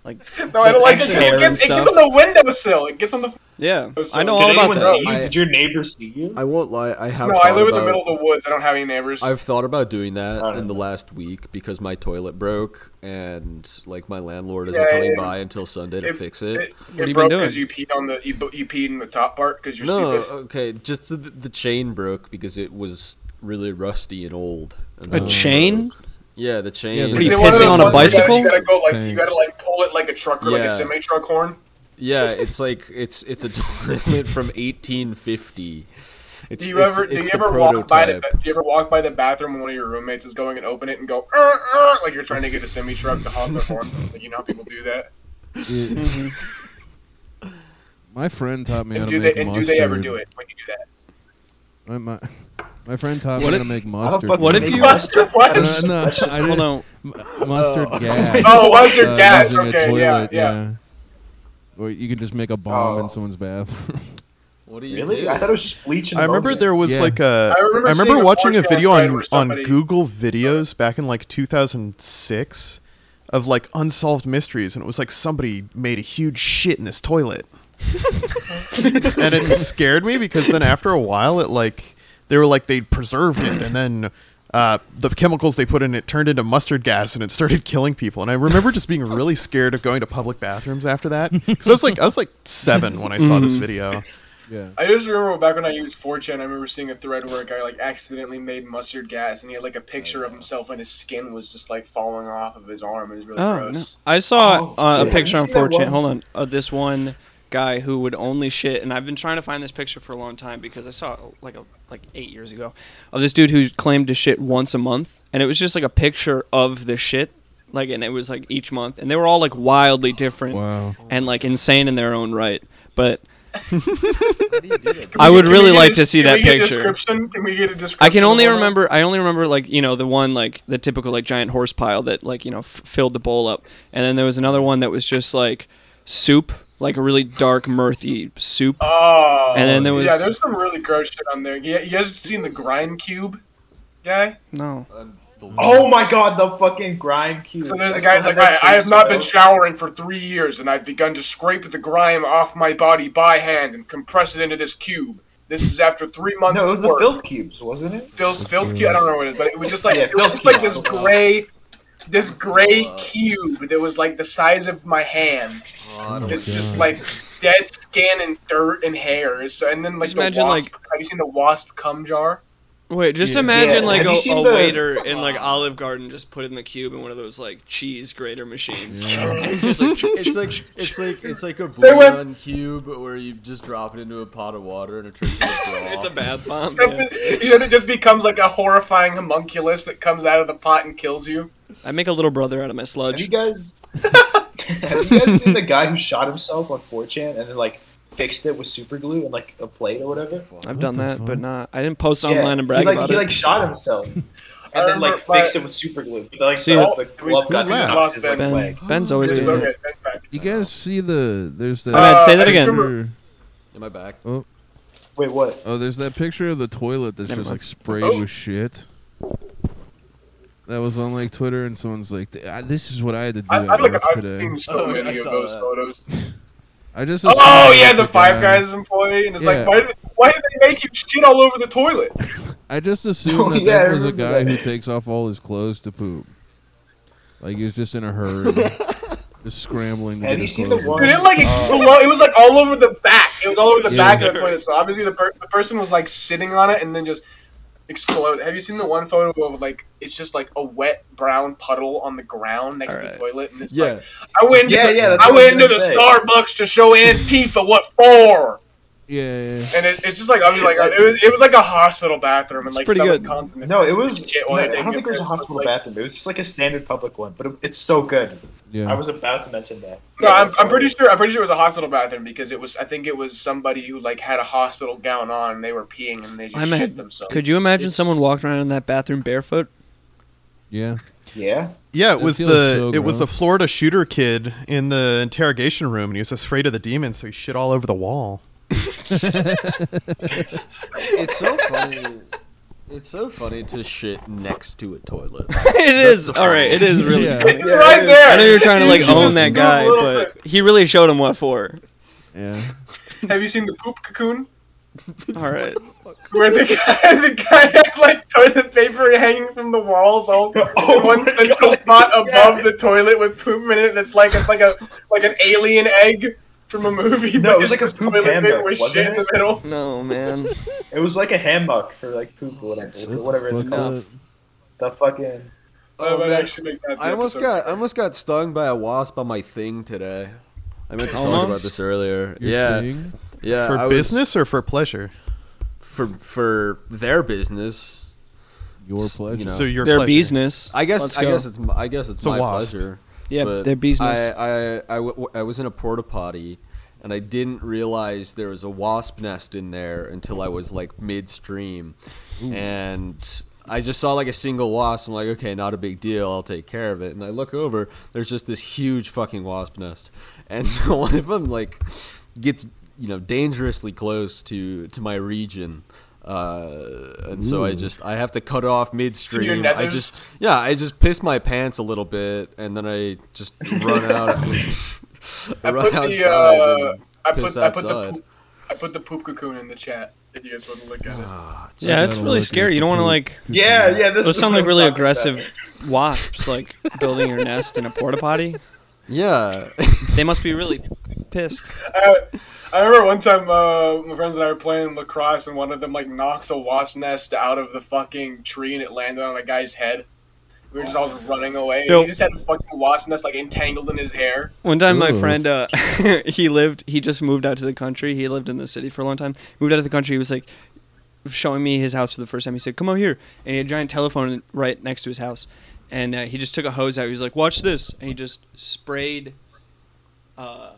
Speaker 5: No, I don't like it.
Speaker 3: actually
Speaker 5: 'cause
Speaker 4: hair
Speaker 5: It gets,
Speaker 4: and
Speaker 5: it gets on
Speaker 4: stuff.
Speaker 5: the windowsill. It gets on the.
Speaker 4: Yeah,
Speaker 5: So
Speaker 4: I know
Speaker 5: did
Speaker 4: all
Speaker 3: Did
Speaker 4: about
Speaker 3: anyone see
Speaker 4: that.
Speaker 3: you?
Speaker 8: I-
Speaker 3: Did your neighbor see you?
Speaker 8: I won't lie. I have.
Speaker 5: No,
Speaker 8: thought
Speaker 5: I live in the
Speaker 8: about-
Speaker 5: middle of the woods. I don't have any neighbors.
Speaker 2: I've thought about doing
Speaker 3: I
Speaker 2: that
Speaker 3: don't
Speaker 2: in the last week because my toilet broke and like my landlord
Speaker 5: Yeah,
Speaker 2: isn't coming
Speaker 5: yeah.
Speaker 2: by until Sunday to fix it.
Speaker 5: It,
Speaker 4: you been
Speaker 5: broke
Speaker 4: doing?
Speaker 5: because you peed on the you, bu- you peed in the top part because you're
Speaker 2: no,
Speaker 8: uh,
Speaker 5: stupid.
Speaker 2: okay, just the, the chain broke because it was really rusty and old. And
Speaker 4: A
Speaker 2: so it
Speaker 4: chain?
Speaker 2: broke. Yeah, the chain.
Speaker 6: Yeah,
Speaker 2: Yeah,
Speaker 6: What are you
Speaker 5: Is it one of
Speaker 4: pissing
Speaker 5: those
Speaker 4: on a
Speaker 5: ones where you gotta-
Speaker 4: bicycle?
Speaker 5: You gotta, go like you
Speaker 6: Thing.
Speaker 5: gotta like pull it like a truck or like a
Speaker 2: Yeah.
Speaker 5: semi truck horn.
Speaker 2: it's like it's it's a toilet from 1850. It's,
Speaker 5: Do you
Speaker 2: it's-
Speaker 5: ever do
Speaker 2: it's
Speaker 5: you
Speaker 2: the
Speaker 5: ever walk by the
Speaker 2: prototype.
Speaker 5: do you ever walk by the bathroom when one of your roommates is going and open it and go "Er, er," like you're trying to get a semi truck to honk their horn? Like, you know how people do that.
Speaker 6: It- Mm-hmm. my friend taught me
Speaker 5: And
Speaker 6: how
Speaker 5: do
Speaker 6: to
Speaker 5: they
Speaker 6: make
Speaker 5: and do
Speaker 6: mustard.
Speaker 5: they ever do it when you do
Speaker 6: My, my, my friend taught
Speaker 4: What
Speaker 6: me how
Speaker 4: if-
Speaker 6: to make
Speaker 3: I don't
Speaker 6: mustard.
Speaker 3: fucking
Speaker 4: What if
Speaker 3: make
Speaker 4: you-
Speaker 3: mustard.
Speaker 5: that? What?
Speaker 6: No, no, I
Speaker 4: Hold
Speaker 6: didn't.
Speaker 4: on.
Speaker 6: M- mustard gas.
Speaker 5: Oh, mustard
Speaker 6: uh,
Speaker 5: gas,
Speaker 6: using a
Speaker 5: okay, yeah,
Speaker 6: toilet,
Speaker 5: yeah.
Speaker 6: Or you can just make a bomb
Speaker 3: Oh.
Speaker 6: in someone's bathroom.
Speaker 2: What do you
Speaker 3: Really?
Speaker 2: do?
Speaker 3: I thought it was just bleach and
Speaker 1: I remember
Speaker 3: ammonia.
Speaker 1: there was
Speaker 6: Yeah.
Speaker 1: like a.
Speaker 5: I remember
Speaker 1: I
Speaker 5: seeing
Speaker 1: remember
Speaker 5: a
Speaker 1: watching a
Speaker 5: Forrest Gump
Speaker 1: video
Speaker 5: ride
Speaker 1: on
Speaker 5: where
Speaker 1: on
Speaker 5: somebody-
Speaker 1: Google Videos back in like 2006 of like unsolved mysteries, and it was like somebody made a huge shit in this toilet, and it scared me because then after a while, it like they were like they preserved it, and then. Uh, the chemicals they put in it turned into mustard gas and it started killing people. And I remember just being really scared of going to public bathrooms after that because I was like I was like seven when I saw
Speaker 5: Mm.
Speaker 1: this video.
Speaker 6: yeah.
Speaker 5: I just remember back when I used 4chan, I remember seeing a thread where a guy like accidentally made mustard gas, and he had like a picture
Speaker 4: Oh,
Speaker 5: of himself, and his skin was just like falling off of his arm. It was really
Speaker 4: Oh, no.
Speaker 5: gross.
Speaker 4: I saw
Speaker 3: Oh,
Speaker 4: uh, a
Speaker 3: yeah.
Speaker 4: picture
Speaker 3: Have
Speaker 4: on
Speaker 3: you seen that
Speaker 4: 4chan.
Speaker 3: one?
Speaker 4: Hold on, uh, this one guy who would only shit, and I've been trying to find this picture for a long time because I saw it like a, like eight years ago of this dude who claimed to shit once a month, and it was just like a picture of the shit, like, and it was like each month, and they were all like wildly different
Speaker 6: Wow.
Speaker 4: and like insane in their own right, but
Speaker 5: Can
Speaker 4: I
Speaker 5: we-
Speaker 4: would
Speaker 5: can we
Speaker 4: really
Speaker 5: get a
Speaker 4: like to
Speaker 5: des-
Speaker 4: see
Speaker 5: can
Speaker 4: that
Speaker 5: we get a
Speaker 4: picture.
Speaker 5: description? Can we get a description?
Speaker 4: I can only
Speaker 5: of one?
Speaker 4: remember. I only remember like you know the one like the typical like giant horse pile that like you know f- filled the bowl up, and then there was another one that was just like soup, like a really dark, mirthy soup.
Speaker 5: Oh,
Speaker 4: And then there was-
Speaker 5: yeah, there's some really gross shit on there. Yeah, you guys seen the grime cube guy?
Speaker 4: No,
Speaker 3: Oh my god, the fucking grime cube.
Speaker 5: So there's a
Speaker 3: That's
Speaker 5: guy who's
Speaker 3: the one
Speaker 5: like, I,
Speaker 3: that
Speaker 5: I have
Speaker 3: saves
Speaker 5: not
Speaker 3: the
Speaker 5: been
Speaker 3: world."
Speaker 5: showering for three years, and I've begun to scrape the grime off my body by hand and compress it into this cube. This is after three months
Speaker 3: No, it
Speaker 5: of
Speaker 3: was the
Speaker 5: work.
Speaker 3: filth cubes, wasn't it?
Speaker 5: filth, filth cube. I don't know what it is, but it was just like
Speaker 3: Yeah,
Speaker 5: it was
Speaker 3: filth
Speaker 5: just like
Speaker 3: cube.
Speaker 5: this gray, this gray cube that was like the size of my hand.
Speaker 3: Oh
Speaker 5: It's just like dead skin and dirt and hair. So and then like
Speaker 4: Just
Speaker 5: the
Speaker 4: imagine,
Speaker 5: wasp. have you seen the wasp cum jar?
Speaker 4: wait, just
Speaker 6: Yeah.
Speaker 4: imagine
Speaker 3: Yeah.
Speaker 4: like
Speaker 3: Have you
Speaker 4: a,
Speaker 3: seen
Speaker 4: a
Speaker 3: the-
Speaker 4: waiter in like Olive Garden just put in the cube in one of those like cheese grater machines. Just, like,
Speaker 8: It's like it's like it's like a
Speaker 5: Say what?
Speaker 8: bouillon cube where you just drop it into a pot of water and it turns into broth.
Speaker 4: it's a bath bomb.
Speaker 5: Except
Speaker 4: yeah.
Speaker 5: it, you know, it just becomes like a horrifying homunculus that comes out of the pot and kills you.
Speaker 4: I make a little brother out of my
Speaker 3: Have you
Speaker 4: sludge.
Speaker 3: guys have you guys seen the guy who shot himself on 4chan and then like fixed it with super glue and like a plate or whatever?
Speaker 4: I've
Speaker 6: What
Speaker 4: done
Speaker 6: the
Speaker 4: that,
Speaker 6: fuck?
Speaker 4: but not. I didn't post
Speaker 3: Yeah,
Speaker 4: online and brag
Speaker 3: he, like,
Speaker 4: about
Speaker 3: he,
Speaker 4: it.
Speaker 3: like shot himself and then
Speaker 5: remember
Speaker 3: like
Speaker 5: my-
Speaker 3: fixed it with super glue. But, like
Speaker 4: See,
Speaker 3: the,
Speaker 5: oh,
Speaker 3: the
Speaker 5: we-
Speaker 3: glove
Speaker 5: we
Speaker 3: got
Speaker 1: laughed.
Speaker 3: stuck in his like,
Speaker 4: ben,
Speaker 3: leg.
Speaker 4: Ben's always
Speaker 5: Just
Speaker 4: doing
Speaker 5: look
Speaker 4: that.
Speaker 5: at- that's back.
Speaker 6: You guys see the there's that
Speaker 4: My bad, say that
Speaker 5: Uh,
Speaker 4: again.
Speaker 5: remember-
Speaker 2: Am I back?
Speaker 3: Wait, what?
Speaker 6: Oh, there's that picture of the toilet that's
Speaker 4: Never
Speaker 6: just
Speaker 4: mind.
Speaker 6: like sprayed
Speaker 5: Oh.
Speaker 6: with shit. That was on like Twitter, and someone's like, "Th- I- "This is what I had to do
Speaker 5: I,
Speaker 6: at
Speaker 5: I've, like,
Speaker 6: work
Speaker 5: I've
Speaker 6: today."
Speaker 5: seen so
Speaker 8: Oh,
Speaker 5: many
Speaker 8: I
Speaker 5: of
Speaker 8: saw
Speaker 5: those
Speaker 8: that.
Speaker 5: photos.
Speaker 6: I just
Speaker 5: Oh
Speaker 6: assumed
Speaker 5: yeah,
Speaker 6: that
Speaker 5: the Five
Speaker 6: guy-
Speaker 5: Guys employee, and it's
Speaker 6: Yeah.
Speaker 5: like, why do they, why do they make you shit all over the toilet?
Speaker 6: I just assumed
Speaker 3: Oh,
Speaker 6: that
Speaker 3: yeah, I
Speaker 6: that was a
Speaker 3: remember
Speaker 6: guy
Speaker 3: that.
Speaker 6: who takes off all his clothes to poop. Like he was just in a hurry, just scrambling. To
Speaker 3: Have
Speaker 6: get
Speaker 3: you
Speaker 6: his
Speaker 3: seen the
Speaker 6: clothes
Speaker 3: one-
Speaker 5: Dude, it like
Speaker 4: Uh,
Speaker 5: exploded. it was like all over the back. It was all over the
Speaker 6: Yeah.
Speaker 5: back of the toilet. So obviously the, per- the person was like sitting on it and then just explode. Have you seen the one photo of like it's just like a wet brown puddle on the ground next to
Speaker 4: Alright.
Speaker 5: the toilet, and it's
Speaker 2: Yeah.
Speaker 5: like I went,
Speaker 3: Yeah,
Speaker 5: yeah,
Speaker 3: yeah, that's
Speaker 5: I
Speaker 3: what
Speaker 5: went
Speaker 3: I was
Speaker 5: into the
Speaker 3: gonna say.
Speaker 5: Starbucks to show Antifa what for,
Speaker 6: Yeah, yeah.
Speaker 5: and it, it's just like I was like it was it was like a hospital bathroom and like
Speaker 4: pretty
Speaker 5: seven
Speaker 4: good.
Speaker 5: continents.
Speaker 3: No, it was.
Speaker 5: Shit,
Speaker 3: no,
Speaker 5: why
Speaker 3: I
Speaker 5: did they
Speaker 3: don't
Speaker 5: get
Speaker 3: think it was a
Speaker 5: this?
Speaker 3: hospital
Speaker 5: Like-
Speaker 3: bathroom. It was just like a standard public one, but it, it's so good.
Speaker 6: yeah.
Speaker 3: I was about to mention that.
Speaker 5: No,
Speaker 3: Yeah,
Speaker 5: I'm,
Speaker 3: it's
Speaker 5: I'm pretty
Speaker 3: hilarious.
Speaker 5: sure. I'm pretty sure it was a hospital bathroom because it was. I think it was somebody who like had a hospital gown on and they were peeing and they just
Speaker 4: I'm
Speaker 5: shit
Speaker 4: ahead.
Speaker 5: themselves.
Speaker 4: Could you imagine
Speaker 3: it's-
Speaker 4: someone walking around in that bathroom barefoot?
Speaker 6: yeah.
Speaker 3: Yeah.
Speaker 1: Yeah, it
Speaker 6: That
Speaker 1: was
Speaker 6: feels
Speaker 1: the
Speaker 6: so
Speaker 1: it was the
Speaker 6: gross.
Speaker 1: Florida shooter kid in the interrogation room, and he was afraid of the demons, so he shit all over the wall.
Speaker 2: It's so funny. It's so funny to shit next to a toilet.
Speaker 4: it is. All right, it is really.
Speaker 6: Yeah.
Speaker 4: funny.
Speaker 5: It's right there.
Speaker 4: I know you're trying to like
Speaker 5: You just
Speaker 4: own that
Speaker 5: do a
Speaker 4: guy,
Speaker 5: little
Speaker 4: but he really showed him what for.
Speaker 6: Yeah.
Speaker 5: bit. have you seen the poop cocoon?
Speaker 4: All right.
Speaker 5: Where the guy, the guy had like toilet paper hanging from the walls, all
Speaker 3: Oh
Speaker 5: in one central spot above the toilet with poop in it. That's like it's like a like an alien egg from a movie.
Speaker 3: No,
Speaker 5: but
Speaker 3: it was
Speaker 5: it's
Speaker 3: like a
Speaker 5: just
Speaker 3: poop
Speaker 5: toilet
Speaker 3: panda,
Speaker 5: paper with
Speaker 3: wasn't
Speaker 5: shit in
Speaker 3: it?
Speaker 5: the middle.
Speaker 4: No, man.
Speaker 3: It was like a hammock for like poop or whatever, whatever it's
Speaker 6: Fuck
Speaker 3: called.
Speaker 6: up.
Speaker 3: The fucking.
Speaker 5: I
Speaker 2: Oh,
Speaker 5: might
Speaker 2: man.
Speaker 5: actually make that the
Speaker 2: I almost
Speaker 5: episode.
Speaker 2: got I almost got stung by a wasp on my thing today. I meant to talk
Speaker 4: Almost?
Speaker 2: about this earlier.
Speaker 6: Your
Speaker 2: yeah,
Speaker 6: thing?
Speaker 2: yeah.
Speaker 1: for
Speaker 2: Uh, I was-
Speaker 1: business or for pleasure?
Speaker 2: for for their business.
Speaker 6: Your
Speaker 2: S- you
Speaker 6: pleasure.
Speaker 2: know.
Speaker 1: So your
Speaker 4: Their
Speaker 1: pleasure.
Speaker 4: business.
Speaker 2: I
Speaker 4: Let's
Speaker 2: guess I
Speaker 4: go.
Speaker 2: guess it's m- I guess it's,
Speaker 1: a
Speaker 2: my
Speaker 1: wasp.
Speaker 2: pleasure.
Speaker 4: yeah,
Speaker 2: but
Speaker 4: their business.
Speaker 2: I, I- I w- I was in a porta potty, and I didn't realize there was a wasp nest in there until I was like midstream, and I just saw like a single wasp. I'm like, okay, not a big deal. I'll take care of it. And I look over, there's just this huge fucking wasp nest, and so one of them like gets you know dangerously close to to my region. Uh, and so I just I have to cut off midstream. I
Speaker 5: nethers?
Speaker 2: just yeah, I just piss my pants a little bit, and then I just run out. I
Speaker 5: I
Speaker 2: run
Speaker 5: put
Speaker 2: outside.
Speaker 5: the uh,
Speaker 2: and
Speaker 5: I
Speaker 2: piss
Speaker 5: put I put the
Speaker 2: outside.
Speaker 5: poop, I put the poop cocoon in the chat if you guys want to look at
Speaker 2: Ah.
Speaker 5: it.
Speaker 4: yeah, it's really scary. You don't want to like.
Speaker 3: Yeah, yeah. This
Speaker 4: Those
Speaker 3: is
Speaker 4: sound
Speaker 3: what
Speaker 4: like
Speaker 3: I'm
Speaker 4: really
Speaker 3: talking
Speaker 4: aggressive
Speaker 3: about.
Speaker 4: wasps, like building your nest in a porta potty.
Speaker 2: yeah,
Speaker 4: They must be really pissed.
Speaker 5: I remember one time uh, my friends and I were playing lacrosse, and one of them like knocked a wasp nest out of the fucking tree, and it landed on a guy's head. We were just all running away. and
Speaker 4: Yo.
Speaker 5: He just had a fucking wasp nest like entangled in his hair.
Speaker 4: One time, my
Speaker 6: Ooh.
Speaker 4: friend, uh, he lived, he just moved out to the country. He lived in the city for a long time. Moved out of the country. He was like showing me his house for the first time. He said, Come over here. And he had a giant telephone right next to his house. And uh, he just took a hose out. He was like, Watch this. And he just sprayed uh,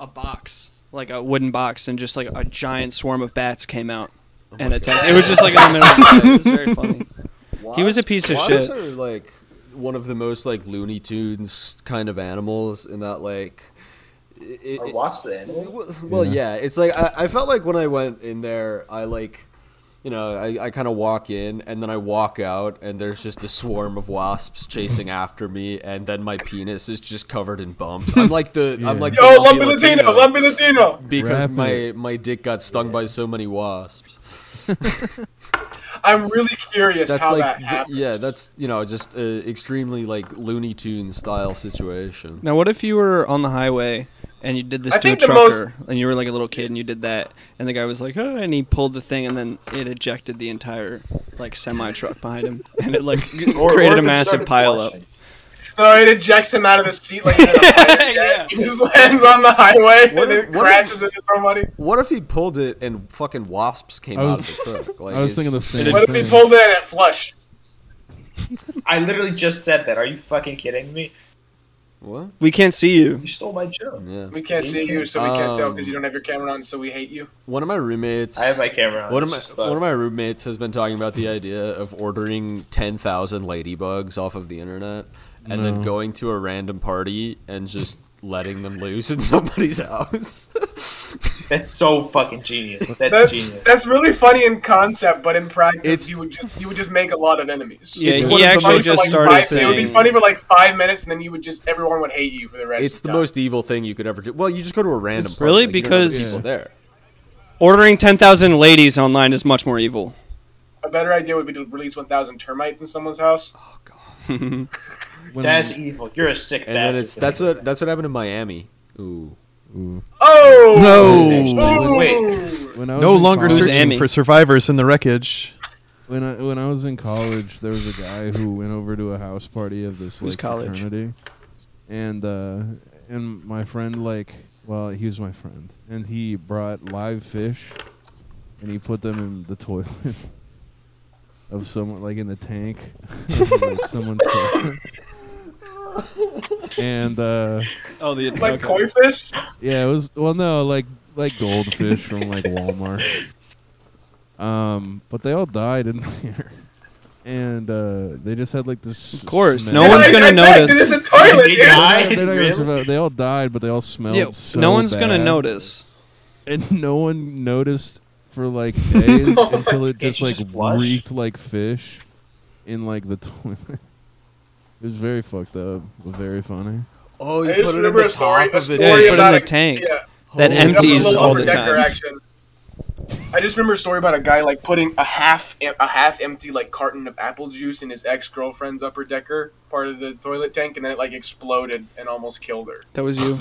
Speaker 4: a box, like a wooden box, and just like a giant swarm of bats came out and attacked. It was just like in the middle of the night. It was very funny. He was a piece of
Speaker 2: Wasps
Speaker 4: shit.
Speaker 2: Are like one of the most like Looney Tunes kind of animals in that like. It,
Speaker 3: Or
Speaker 2: it-
Speaker 3: wasp the animal.
Speaker 2: Well, well, yeah. It's like I, I felt like when I went in there, I like, you know, I, I kind of walk in and then I walk out, and there's just a swarm of wasps chasing after me, and then my penis is just covered in bumps. I'm like the I'm like
Speaker 5: Yo,
Speaker 2: the
Speaker 5: Lumpy Latino, Lumpy Latino.
Speaker 2: because
Speaker 6: Wrap
Speaker 2: my my dick got stung by so many wasps.
Speaker 5: I'm really curious
Speaker 2: That's
Speaker 5: how
Speaker 2: like
Speaker 5: that
Speaker 2: th-
Speaker 5: happened.
Speaker 2: yeah, that's you know just a extremely like Looney Tune style situation.
Speaker 4: Now, what if you were on the highway and you did this
Speaker 5: I
Speaker 4: to a
Speaker 5: think the
Speaker 4: trucker, and you were like a little kid and you did that, and the guy was like, "Oh," and he pulled the thing, and then it ejected the entire like semi truck behind him, and it like
Speaker 3: Or-
Speaker 4: created
Speaker 3: or
Speaker 4: a
Speaker 3: it
Speaker 4: massive
Speaker 3: started
Speaker 4: pile up.
Speaker 3: flushing.
Speaker 5: No, it ejects him out of the seat like. in a plane.
Speaker 4: Yeah.
Speaker 5: He just lands on the highway
Speaker 2: What
Speaker 5: and
Speaker 2: if-
Speaker 5: it
Speaker 2: what if-
Speaker 5: crashes into somebody.
Speaker 2: What if he pulled it and fucking wasps came
Speaker 6: I
Speaker 2: out
Speaker 6: was-
Speaker 2: of the truck? Like
Speaker 6: I was
Speaker 2: it's-
Speaker 6: thinking the same
Speaker 5: What if
Speaker 6: thing.
Speaker 5: he pulled in and it flushed?
Speaker 3: I literally just said that. Are you fucking kidding me?
Speaker 2: what?
Speaker 4: We can't see you.
Speaker 3: You stole my joke.
Speaker 2: Yeah.
Speaker 5: We can't see you, so we can't tell because you
Speaker 2: Um,
Speaker 5: don't have your camera on, so we hate you.
Speaker 2: One of my roommates.
Speaker 3: I have my camera on.
Speaker 2: One of
Speaker 3: it's
Speaker 2: my
Speaker 3: just fucked.
Speaker 2: one of my roommates has been talking about the idea of ordering ten thousand ladybugs off of the internet and then going to a random party and just letting them loose in somebody's house.
Speaker 3: That's so fucking genius. That's,
Speaker 5: That's
Speaker 3: genius.
Speaker 5: that's really funny in concept, but in practice,
Speaker 2: It's-
Speaker 5: you would just you would just make a lot of enemies.
Speaker 4: Yeah,
Speaker 2: It's one
Speaker 4: he
Speaker 2: of the
Speaker 4: actually
Speaker 2: most,
Speaker 4: just
Speaker 5: like
Speaker 4: started
Speaker 5: five,
Speaker 4: saying.
Speaker 5: It would be funny for like five minutes, and then you would just everyone would hate you for the rest.
Speaker 2: it's
Speaker 5: of
Speaker 2: the
Speaker 5: time.
Speaker 2: most evil thing you could ever do. Well, you just go to a random party.
Speaker 4: Really?
Speaker 2: like, you don't know the
Speaker 4: Because-
Speaker 2: people there.
Speaker 4: Ordering ten thousand ladies online is much more evil.
Speaker 5: A better idea would be to release one thousand termites in someone's house.
Speaker 6: When-
Speaker 3: That's evil. You're a sick
Speaker 2: And
Speaker 3: bastard.
Speaker 2: then it's
Speaker 3: for
Speaker 2: that's
Speaker 3: thinking
Speaker 2: what that's what happened in Miami. Ooh.
Speaker 5: Oh
Speaker 1: No,
Speaker 3: that.
Speaker 5: Ooh.
Speaker 3: Wait.
Speaker 6: when I was
Speaker 1: no
Speaker 6: in
Speaker 1: longer
Speaker 6: college-
Speaker 4: Who's
Speaker 1: searching
Speaker 4: Emmy?
Speaker 1: for survivors in the wreckage.
Speaker 6: When I when I was in college, there was a guy who went over to a house party of this
Speaker 4: Who's
Speaker 6: like
Speaker 4: college?
Speaker 6: fraternity, and uh, and my friend like well he was my friend and he brought live fish, and he put them in the toilet of someone like in the tank, of, like, someone's toilet. and uh,
Speaker 4: Oh, the
Speaker 5: Like koi fish?
Speaker 6: yeah, it was well no, like like goldfish from like Walmart. Um, but they all died in there. And uh, they just had like this
Speaker 4: Of course,
Speaker 6: smell.
Speaker 4: no one's gonna notice.
Speaker 5: It's a toilet, dude.
Speaker 6: They're not-
Speaker 3: died,
Speaker 6: they're not gonna
Speaker 3: really?
Speaker 6: survive. They all died, but they all smelled
Speaker 4: Yeah,
Speaker 6: so
Speaker 4: no one's gonna
Speaker 6: bad.
Speaker 4: notice.
Speaker 6: And no one noticed for like days until it
Speaker 3: It's
Speaker 6: just like
Speaker 3: just flushed.
Speaker 6: reeked like fish in like the toilet. It was very fucked up, but very funny.
Speaker 8: Oh, you
Speaker 5: I just
Speaker 8: put it in
Speaker 5: remember
Speaker 8: the
Speaker 5: a story,
Speaker 8: top
Speaker 5: a
Speaker 8: of the
Speaker 5: story
Speaker 4: Yeah, you put it in
Speaker 5: about
Speaker 4: the
Speaker 5: a-
Speaker 4: tank.
Speaker 5: Yeah,
Speaker 4: That
Speaker 8: Holy-
Speaker 5: That
Speaker 4: empties
Speaker 5: was a
Speaker 4: all the
Speaker 5: little
Speaker 4: time.
Speaker 5: overdecker action. I just remember a story about a guy like putting a half em- a half empty like carton of apple juice in his ex girlfriend's upper decker part of the toilet tank, and then it like exploded and almost killed her.
Speaker 4: That was you.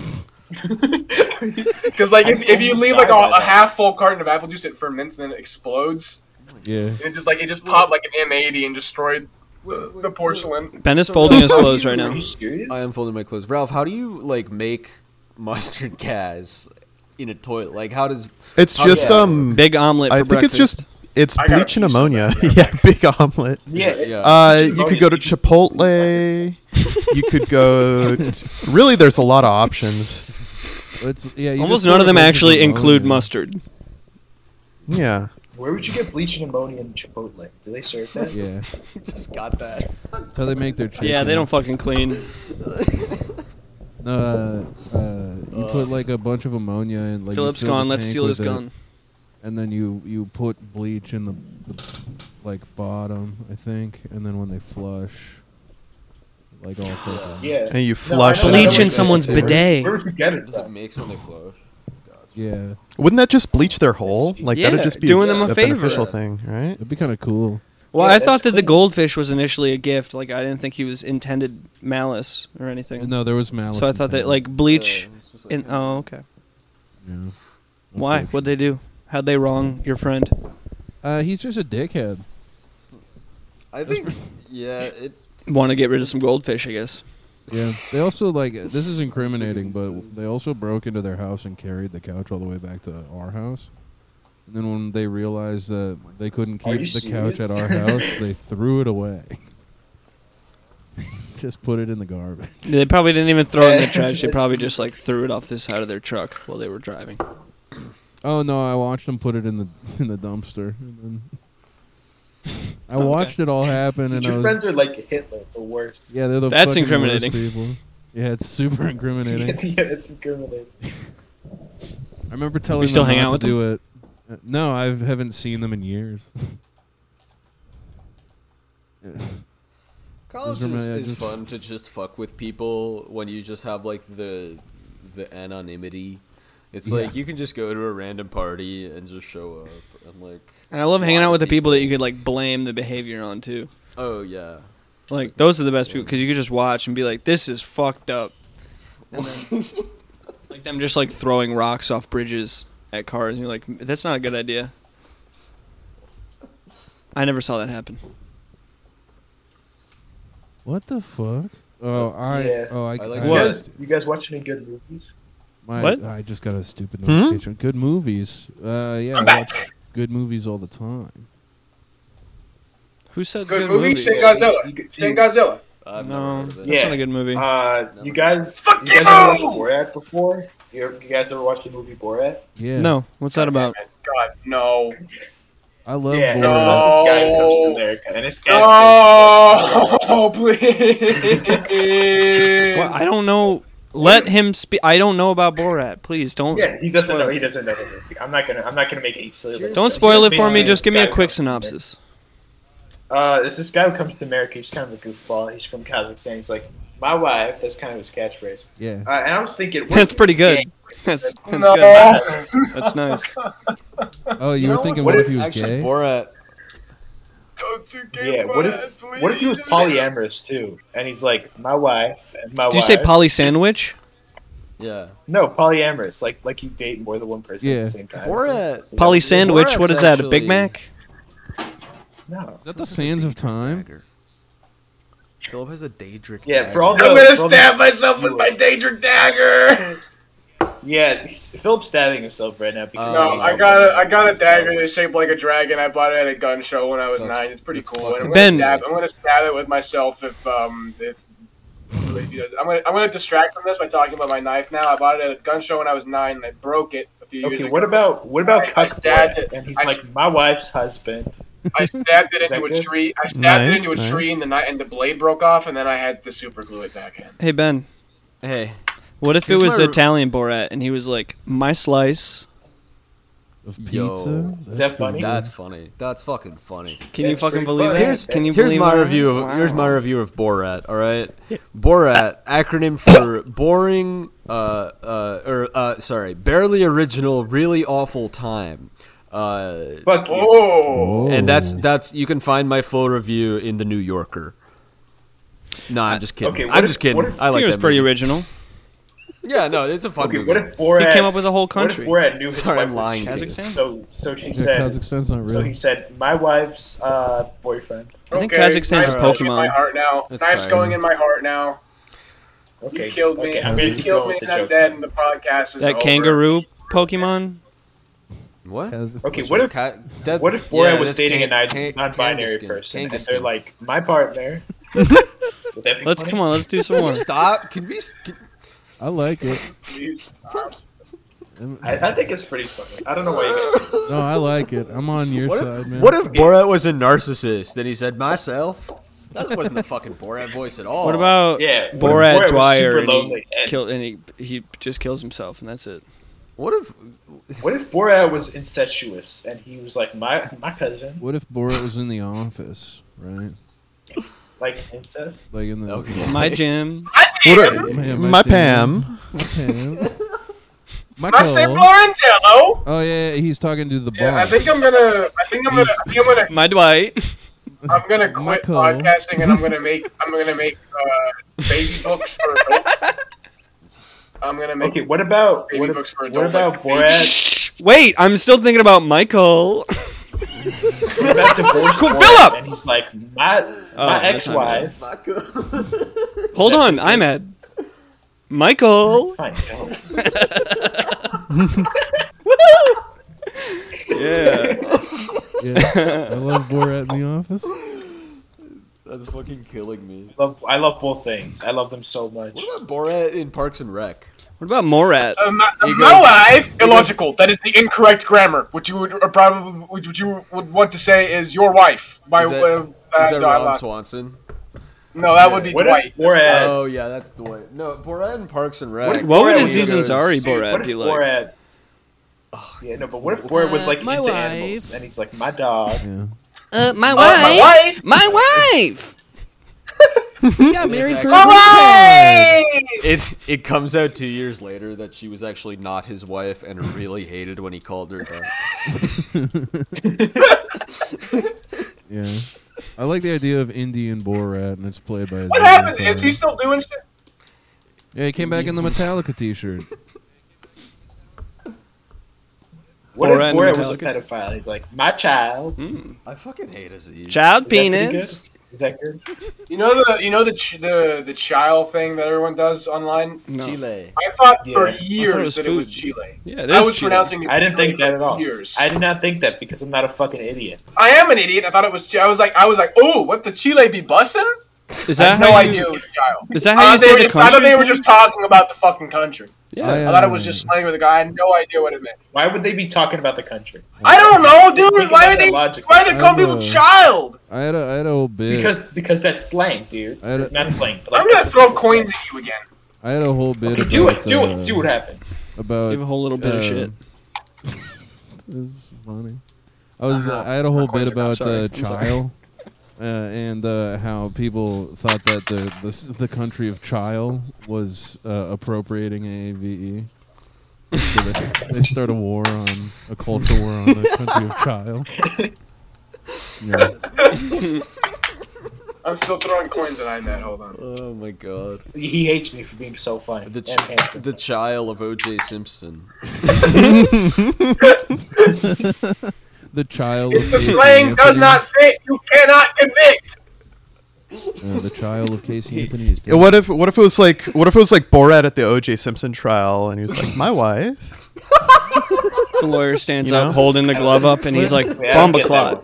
Speaker 5: Because like if,
Speaker 3: I
Speaker 5: if you
Speaker 3: almost
Speaker 5: leave like a,
Speaker 3: died by
Speaker 5: a
Speaker 3: that.
Speaker 5: half full carton of apple juice, it ferments and then it explodes,
Speaker 6: Yeah.
Speaker 5: and it just like it just popped like an M80 and destroyed the, the porcelain.
Speaker 4: Ben is folding his clothes right now.
Speaker 3: Are you serious?
Speaker 2: I am folding my clothes. Ralph, how do you like make mustard gas in a toilet? Like, how does
Speaker 1: It's
Speaker 2: Oh,
Speaker 1: just
Speaker 2: yeah.
Speaker 1: um.
Speaker 4: Big omelet. For
Speaker 1: I think
Speaker 4: breakfast.
Speaker 1: it's just it's
Speaker 5: I got
Speaker 1: bleach and
Speaker 5: pizza,
Speaker 1: ammonia. yeah, big omelet.
Speaker 3: yeah, it-
Speaker 2: yeah?
Speaker 1: Uh,
Speaker 3: Bleach
Speaker 1: you
Speaker 3: and
Speaker 1: could go to
Speaker 3: ammonia.
Speaker 1: Chipotle. you could go. t- really, there's a lot of options.
Speaker 6: It's yeah. you
Speaker 4: almost
Speaker 6: just
Speaker 4: none
Speaker 6: wanna
Speaker 4: of them
Speaker 6: go to
Speaker 4: actually
Speaker 6: the
Speaker 4: include
Speaker 6: ammonia.
Speaker 4: mustard.
Speaker 1: Yeah.
Speaker 3: Where would you get bleach and ammonia in Chipotle? Do they serve that?
Speaker 6: Yeah.
Speaker 2: just got that.
Speaker 6: That's how they make their chicken.
Speaker 4: Yeah, they don't fucking clean.
Speaker 6: No, uh, uh, you put like a bunch of ammonia and like. you
Speaker 4: Philip's
Speaker 6: fill the
Speaker 4: gone. Let's
Speaker 6: tank
Speaker 4: steal
Speaker 6: with
Speaker 4: his
Speaker 6: it,
Speaker 4: gun.
Speaker 6: And then you you put bleach in the, the like bottom, I think, and then when they flush, like all fucking
Speaker 3: Yeah.
Speaker 1: And you flush
Speaker 3: know
Speaker 1: it
Speaker 3: that
Speaker 1: out
Speaker 3: Bleach in
Speaker 1: with
Speaker 3: someone's
Speaker 1: paper.
Speaker 3: Where would you get it?
Speaker 2: Does it
Speaker 3: From?
Speaker 2: mix when they flow?
Speaker 6: yeah.
Speaker 1: Wouldn't that just bleach their hole? Like
Speaker 4: Yeah,
Speaker 1: that'd just be
Speaker 4: doing
Speaker 1: a,
Speaker 4: them a favor.
Speaker 1: beneficial thing, right?
Speaker 6: It'd be kind of cool.
Speaker 4: Well,
Speaker 3: Yeah,
Speaker 4: I thought
Speaker 3: that's
Speaker 4: that the goldfish was initially a gift. Like I didn't think he was intended malice or anything.
Speaker 6: No, there was malice.
Speaker 4: so I thought that
Speaker 6: intended.
Speaker 4: like bleach. in, oh, okay.
Speaker 6: Yeah.
Speaker 4: Why?
Speaker 6: Unfortunate.
Speaker 4: What'd they do? How'd they wrong your friend?
Speaker 6: Uh, he's just a dickhead.
Speaker 2: I think yeah. It
Speaker 4: Want to get rid of some goldfish, I guess.
Speaker 6: Yeah. They also like this is incriminating, but they also broke into their house and carried the couch all the way back to our house. And then when they realized that they couldn't
Speaker 3: Are
Speaker 6: keep the
Speaker 3: you
Speaker 6: couch at our house, they threw it away. Just put it in the garbage.
Speaker 4: They probably didn't even throw it in the trash. They probably just like threw it off the side of their truck while they were driving.
Speaker 6: Oh no, I watched them put it in the in the dumpster. And then I
Speaker 4: Okay.
Speaker 6: watched it all happen,
Speaker 3: Dude,
Speaker 6: and I
Speaker 3: your
Speaker 6: was
Speaker 3: friends are like Hitler, the worst.
Speaker 6: yeah, they're the
Speaker 4: That's
Speaker 6: fucking worst
Speaker 4: incriminating.
Speaker 6: people. Yeah, it's super incriminating.
Speaker 3: yeah, it's incriminating.
Speaker 6: I remember telling
Speaker 4: still
Speaker 6: them
Speaker 4: hang
Speaker 6: not
Speaker 4: out with
Speaker 6: to do it. Uh, No, I haven't seen them in years.
Speaker 2: college
Speaker 6: These are my-
Speaker 2: is,
Speaker 6: I
Speaker 2: is
Speaker 6: just-
Speaker 2: fun to just fuck with people when you just have like the the anonymity. It's
Speaker 6: Yeah.
Speaker 2: like you can just go to a random party and just show up and like
Speaker 4: And I love hanging
Speaker 2: Why
Speaker 4: out with the
Speaker 2: people-
Speaker 4: people that you could like blame the behavior on too.
Speaker 2: oh yeah.
Speaker 4: Like those are the best people because you could just watch and be like, "This is fucked up," and then like them just like throwing rocks off bridges at cars, and you're like, "That's not a good idea." I never saw that happen.
Speaker 6: What the fuck? Oh, I
Speaker 3: Yeah.
Speaker 6: oh I,
Speaker 2: I like
Speaker 6: I-
Speaker 2: to-
Speaker 3: You
Speaker 4: What?
Speaker 3: guys, you guys watch any good movies?
Speaker 6: my-
Speaker 4: What?
Speaker 6: I just got a stupid
Speaker 1: Hmm?
Speaker 6: notification. Good movies. Uh, yeah, I watch good movies all the time.
Speaker 4: Who said
Speaker 5: Good,
Speaker 4: good
Speaker 5: movie,
Speaker 4: movies?
Speaker 5: Shin
Speaker 3: guys-
Speaker 5: Godzilla. Shin Godzilla.
Speaker 2: I've
Speaker 4: No.
Speaker 2: never heard of it.
Speaker 4: That's
Speaker 3: Yeah.
Speaker 4: not a good movie.
Speaker 3: Uh, you guys,
Speaker 5: Fuck
Speaker 3: you guys
Speaker 5: you!
Speaker 3: ever watched Borat before? You, ever- you guys ever watched the movie Borat?
Speaker 6: Yeah.
Speaker 4: no, what's that about?
Speaker 5: God no.
Speaker 6: I love
Speaker 3: yeah, Oh.
Speaker 6: Borat.
Speaker 3: it's about Uh, this guy who comes to America and this guy.
Speaker 5: Oh, please.
Speaker 4: Well, I don't know. Let him speak. I don't know about Borat. Please don't.
Speaker 3: Yeah, he doesn't know. He doesn't know the movie. I'm not gonna. I'm not gonna make any silly. like,
Speaker 4: Don't
Speaker 3: stuff.
Speaker 4: spoil it for
Speaker 3: Basically,
Speaker 4: me. Just
Speaker 3: this
Speaker 4: give me
Speaker 3: guy
Speaker 4: a quick
Speaker 3: comes to America-
Speaker 4: synopsis.
Speaker 3: Uh, it's this guy who comes to America. He's kind of a goofball. He's from Kazakhstan. He's like, my wife. That's kind of his catchphrase.
Speaker 6: Yeah.
Speaker 3: Uh, and I was thinking, what
Speaker 4: That's
Speaker 3: if
Speaker 4: pretty
Speaker 3: this
Speaker 4: good.
Speaker 3: gang-
Speaker 4: That's, that's good.
Speaker 5: no.
Speaker 4: That's nice.
Speaker 6: Oh, you, were thinking
Speaker 2: What
Speaker 6: what,
Speaker 2: if
Speaker 6: if he was
Speaker 2: actually
Speaker 6: gay?
Speaker 2: Borat
Speaker 5: Don't you get
Speaker 3: Yeah. What if
Speaker 5: mad,
Speaker 3: what if he was
Speaker 5: please?
Speaker 3: polyamorous too? And he's like, my wife and my
Speaker 4: Did you
Speaker 3: wife.
Speaker 4: say poly sandwich?
Speaker 2: yeah.
Speaker 3: no, polyamorous. Like like you date more than one person
Speaker 6: Yeah.
Speaker 3: at the same time.
Speaker 2: Borat
Speaker 4: Poly sandwich.
Speaker 2: Borat's
Speaker 4: What is that? A Big
Speaker 2: actually-
Speaker 4: Mac?
Speaker 3: No.
Speaker 6: that the Sands of Time?
Speaker 8: Dagger. Philip has a Daedric.
Speaker 3: Yeah,
Speaker 8: dagger.
Speaker 3: for all the.
Speaker 5: I'm gonna
Speaker 3: for all the-
Speaker 5: stab myself with my Daedric dagger.
Speaker 3: Yeah, he's- Philip's stabbing himself right now because.
Speaker 5: No, I got a I got a dagger that's shaped like a dragon. I bought it at a gun show when I was
Speaker 8: That's-
Speaker 5: nine. It's pretty
Speaker 8: that's
Speaker 5: cool. And
Speaker 8: fucking-
Speaker 5: I'm gonna
Speaker 4: Ben.
Speaker 5: stab I'm gonna stab it with myself if um if, if he does- I'm gonna I'm gonna distract from this by talking about my knife now. I bought it at a gun show when I was nine and I broke it a few years
Speaker 3: Okay,
Speaker 5: ago.
Speaker 3: what about what about
Speaker 5: I- I stabbed
Speaker 3: Cuckboy?
Speaker 5: it.
Speaker 3: And he's
Speaker 5: I s-
Speaker 3: like my wife's husband.
Speaker 5: I stabbed it
Speaker 3: Is that
Speaker 5: into a
Speaker 3: good?
Speaker 5: tree. I stabbed it
Speaker 1: Nice,
Speaker 5: into a
Speaker 1: nice.
Speaker 5: tree and the knife and the blade broke off and then I had to super glue it back in.
Speaker 4: Hey Ben,
Speaker 2: Hey,
Speaker 4: what if it
Speaker 8: Here's
Speaker 4: was
Speaker 8: my-
Speaker 4: Italian Borat and he was like, "My slice,
Speaker 6: Of pizza?
Speaker 2: Yo.
Speaker 3: Is that funny?
Speaker 2: that's funny. That's fucking funny.
Speaker 4: can you
Speaker 3: That's
Speaker 4: fucking
Speaker 3: pretty
Speaker 4: believe
Speaker 3: funny.
Speaker 4: that?
Speaker 3: Here's-
Speaker 4: can you
Speaker 2: Here's
Speaker 4: believe
Speaker 2: my
Speaker 4: that?
Speaker 2: review. Of, Here's my review of Borat. All right, Borat acronym for boring, uh, uh, or uh, sorry, barely original, really awful time. Uh,
Speaker 3: Fuck you.
Speaker 5: Oh,
Speaker 2: and that's that's you can find my full review in the New Yorker. No, I'm just kidding.
Speaker 3: Uh, okay, what
Speaker 2: I'm
Speaker 3: if-
Speaker 2: just kidding.
Speaker 3: what if-
Speaker 2: I
Speaker 4: I
Speaker 2: like
Speaker 4: think it was
Speaker 2: that
Speaker 4: pretty
Speaker 2: movie.
Speaker 4: original.
Speaker 2: Yeah, no, it's a fun
Speaker 3: Okay,
Speaker 2: movie.
Speaker 3: what if Borat?
Speaker 4: He came up with a whole country.
Speaker 3: What if Borat knew his
Speaker 2: Sorry,
Speaker 3: wife
Speaker 2: I'm
Speaker 3: was
Speaker 2: lying.
Speaker 3: cheating?
Speaker 4: Kazakhstan?
Speaker 3: So, so she
Speaker 6: Yeah,
Speaker 3: said.
Speaker 6: Kazakhstan's not
Speaker 3: So he
Speaker 6: really.
Speaker 3: said, "My wife's uh, boyfriend."
Speaker 4: I think
Speaker 5: okay.
Speaker 4: Kazakhstan's
Speaker 5: Knife's
Speaker 4: a
Speaker 5: going in My
Speaker 4: Pokemon.
Speaker 5: heart now.
Speaker 2: That's
Speaker 5: Knife's
Speaker 2: tired.
Speaker 5: going in my heart now.
Speaker 3: Okay,
Speaker 5: You killed me.
Speaker 3: Okay, I'm
Speaker 5: you
Speaker 3: gonna keep going
Speaker 5: killed me,
Speaker 3: with the
Speaker 5: and I'm
Speaker 3: joke.
Speaker 5: dead, and the podcast is
Speaker 4: That
Speaker 5: over.
Speaker 4: kangaroo Pokemon.
Speaker 2: what?
Speaker 6: Kaz-
Speaker 3: Okay, what if
Speaker 2: Ca- that-
Speaker 3: what if Borat
Speaker 2: yeah,
Speaker 3: was
Speaker 2: that's
Speaker 3: dating
Speaker 2: Kang-
Speaker 3: a non-
Speaker 2: Kang-
Speaker 3: non-binary
Speaker 2: Kangaskhan.
Speaker 3: person, and
Speaker 2: Kangaskhan.
Speaker 3: they're like, "My partner." Would that be
Speaker 4: Let's
Speaker 3: funny?
Speaker 4: come on, let's do some
Speaker 2: Can
Speaker 4: more.
Speaker 2: you stop? Can we? s- Can,
Speaker 6: I like it.
Speaker 5: Please.
Speaker 3: I, I think it's pretty funny. I don't know why. You guys
Speaker 6: No, I like it. I'm on your
Speaker 2: what
Speaker 6: side,
Speaker 2: if,
Speaker 6: man.
Speaker 2: what if Borat was a narcissist? Then he said myself. That wasn't the fucking Borat voice at all.
Speaker 4: What about
Speaker 3: Yeah, what if Borat
Speaker 4: Borat
Speaker 3: was
Speaker 4: Dwyer
Speaker 3: super
Speaker 4: and he,
Speaker 3: lonely and-
Speaker 4: kill, and he he just kills himself and that's it.
Speaker 2: What if?
Speaker 3: what if Borat was incestuous and he was like my my cousin,
Speaker 6: What if Borat was in the office, right?
Speaker 3: like incest?
Speaker 6: Like in the
Speaker 2: Okay.
Speaker 4: My gym.
Speaker 1: What a-
Speaker 6: Man,
Speaker 1: my
Speaker 6: team.
Speaker 1: Pam.
Speaker 6: Pam. My
Speaker 5: I say
Speaker 6: Cole.
Speaker 5: Florentello.
Speaker 6: Oh yeah, he's talking to the boss.
Speaker 5: Yeah, I think I'm gonna. I think I'm gonna. I think I'm gonna.
Speaker 4: My Dwight.
Speaker 5: I'm gonna quit
Speaker 6: Michael.
Speaker 5: podcasting, and I'm gonna make. I'm gonna make uh, baby books for. adults. I'm gonna make
Speaker 3: Okay, what about
Speaker 5: baby
Speaker 3: what,
Speaker 5: books for
Speaker 3: what
Speaker 5: adults,
Speaker 3: about
Speaker 5: like
Speaker 3: Borat?
Speaker 4: Wait, I'm still thinking about Michael.
Speaker 3: What about divorced
Speaker 4: Cool,
Speaker 3: Borat?
Speaker 4: Philip!
Speaker 3: And he's like my my
Speaker 4: Oh, that's not
Speaker 3: ex-wife.
Speaker 4: Hold on, I'm at Michael.
Speaker 3: Fine, go.
Speaker 4: Yeah.
Speaker 6: Yeah, I love Borat in the office.
Speaker 2: That's fucking killing me.
Speaker 3: Love, I love both things. I love them so much.
Speaker 2: What about Borat in Parks and Rec?
Speaker 4: What about Morat?
Speaker 5: Uh, my,
Speaker 2: He
Speaker 5: my
Speaker 2: goes-
Speaker 5: wife, illogical. That is the incorrect grammar. What you would or probably what you would want to say is your wife. My
Speaker 2: Is that-
Speaker 5: uh, uh,
Speaker 2: Is that
Speaker 5: no, I
Speaker 2: Ron
Speaker 5: lost-
Speaker 2: Swanson?
Speaker 5: no, that would be
Speaker 3: What
Speaker 5: Dwight.
Speaker 3: if Borat?
Speaker 2: Oh yeah, that's the way. No, Borat in Parks and Rec.
Speaker 3: What-
Speaker 4: What would
Speaker 3: Borat
Speaker 4: Aziz
Speaker 3: was-
Speaker 4: Ansari
Speaker 3: Dude,
Speaker 4: Borat
Speaker 3: what if
Speaker 4: be like?
Speaker 3: Borat- yeah, no, but what if Borat was like
Speaker 4: my
Speaker 3: into
Speaker 4: wife.
Speaker 3: animals and he's like my dog?
Speaker 6: Yeah.
Speaker 4: Uh, my
Speaker 5: my wife.
Speaker 4: My wife.
Speaker 6: He got married
Speaker 2: for
Speaker 5: All right.
Speaker 2: It it comes out two years later that she was actually not his wife and really hated when he called her that.
Speaker 6: Yeah. I like the idea of Indian Borat, and it's played by.
Speaker 4: Mm-hmm.
Speaker 5: What happened? Is he still doing shit?
Speaker 6: Yeah, he came back in the Metallica T-shirt.
Speaker 3: What
Speaker 4: Borat
Speaker 3: if
Speaker 4: and
Speaker 3: Borat was a
Speaker 4: Metallica.
Speaker 3: pedophile? He's like my child.
Speaker 4: Hmm.
Speaker 2: I fucking hate Aziz.
Speaker 4: Child
Speaker 3: Is that pretty
Speaker 4: penis.
Speaker 3: good? Is that good?
Speaker 5: You know the you know the ch- the the chile thing that everyone does online.
Speaker 4: No.
Speaker 2: Chile.
Speaker 5: I thought for
Speaker 3: Mm-hmm. Yeah. I thought it
Speaker 5: years
Speaker 4: was
Speaker 5: that it was
Speaker 4: food.
Speaker 5: Chile.
Speaker 4: Yeah, it is
Speaker 5: I was
Speaker 4: Chile.
Speaker 5: pronouncing it.
Speaker 3: I didn't think that
Speaker 5: differently
Speaker 3: at
Speaker 5: for
Speaker 3: all.
Speaker 5: Years.
Speaker 3: I did not think that because I'm not a fucking idiot.
Speaker 5: I am an idiot. I thought it was. Chi- I was like, I was like, oh, what the Chile be bussing?
Speaker 4: Is
Speaker 5: I
Speaker 4: that
Speaker 5: had no
Speaker 4: how
Speaker 5: idea
Speaker 4: you?
Speaker 5: it was Chile.
Speaker 4: Is that
Speaker 5: I
Speaker 4: how you
Speaker 5: thought they
Speaker 4: say
Speaker 5: were
Speaker 4: the
Speaker 5: just- I thought
Speaker 4: country?
Speaker 5: they were just talking about the fucking country.
Speaker 6: I,
Speaker 5: I thought
Speaker 6: uh,
Speaker 5: it was just slang with a guy. I had no idea what it meant.
Speaker 3: Why would they be talking about the country?
Speaker 5: I don't know, dude.
Speaker 3: Think
Speaker 5: Why
Speaker 3: about that
Speaker 5: are they?
Speaker 3: logically.
Speaker 5: Why are they calling people
Speaker 6: I'm, uh,
Speaker 5: child?
Speaker 6: I had a I had a whole bit.
Speaker 3: Because because that's slang, dude.
Speaker 6: I don't-
Speaker 3: Not slang. But like,
Speaker 5: I'm gonna
Speaker 3: that's
Speaker 5: throw
Speaker 3: what people
Speaker 5: coins
Speaker 3: say.
Speaker 5: at you again.
Speaker 6: I had a whole bit.
Speaker 3: Okay,
Speaker 6: about,
Speaker 3: do it, do
Speaker 6: uh,
Speaker 3: it, see what happens.
Speaker 6: About
Speaker 4: Give a whole little bit
Speaker 6: uh,
Speaker 4: of shit.
Speaker 6: It's funny. I was
Speaker 4: Uh-huh.
Speaker 6: uh, I had a whole bit about
Speaker 4: Sorry,
Speaker 6: uh,
Speaker 4: I'm sorry.
Speaker 6: Chile, uh, and uh, how people thought that the the, s- the country of Chile was uh, appropriating AAVE. so they, they start a war on a culture war on the country of Chile. Yeah.
Speaker 5: I'm still throwing coins at that. Hold on.
Speaker 2: Oh my god.
Speaker 3: He hates me for being so funny.
Speaker 2: The
Speaker 3: and
Speaker 2: ch-
Speaker 3: handsome.
Speaker 2: the child of O.J. Simpson.
Speaker 6: the child of
Speaker 5: If the
Speaker 6: Casey
Speaker 5: slang
Speaker 6: Anthony.
Speaker 5: does not fit, you cannot convict.
Speaker 6: Uh, the child of Casey Anthony is
Speaker 1: Yeah, What if what if it was like what if it was like Borat at the O.J. Simpson trial and he was like my wife?
Speaker 4: The lawyer stands
Speaker 1: You know?
Speaker 4: up, holding the glove up, and he's like,
Speaker 3: Yeah, I don't
Speaker 4: "Bomba
Speaker 3: get that
Speaker 4: clot."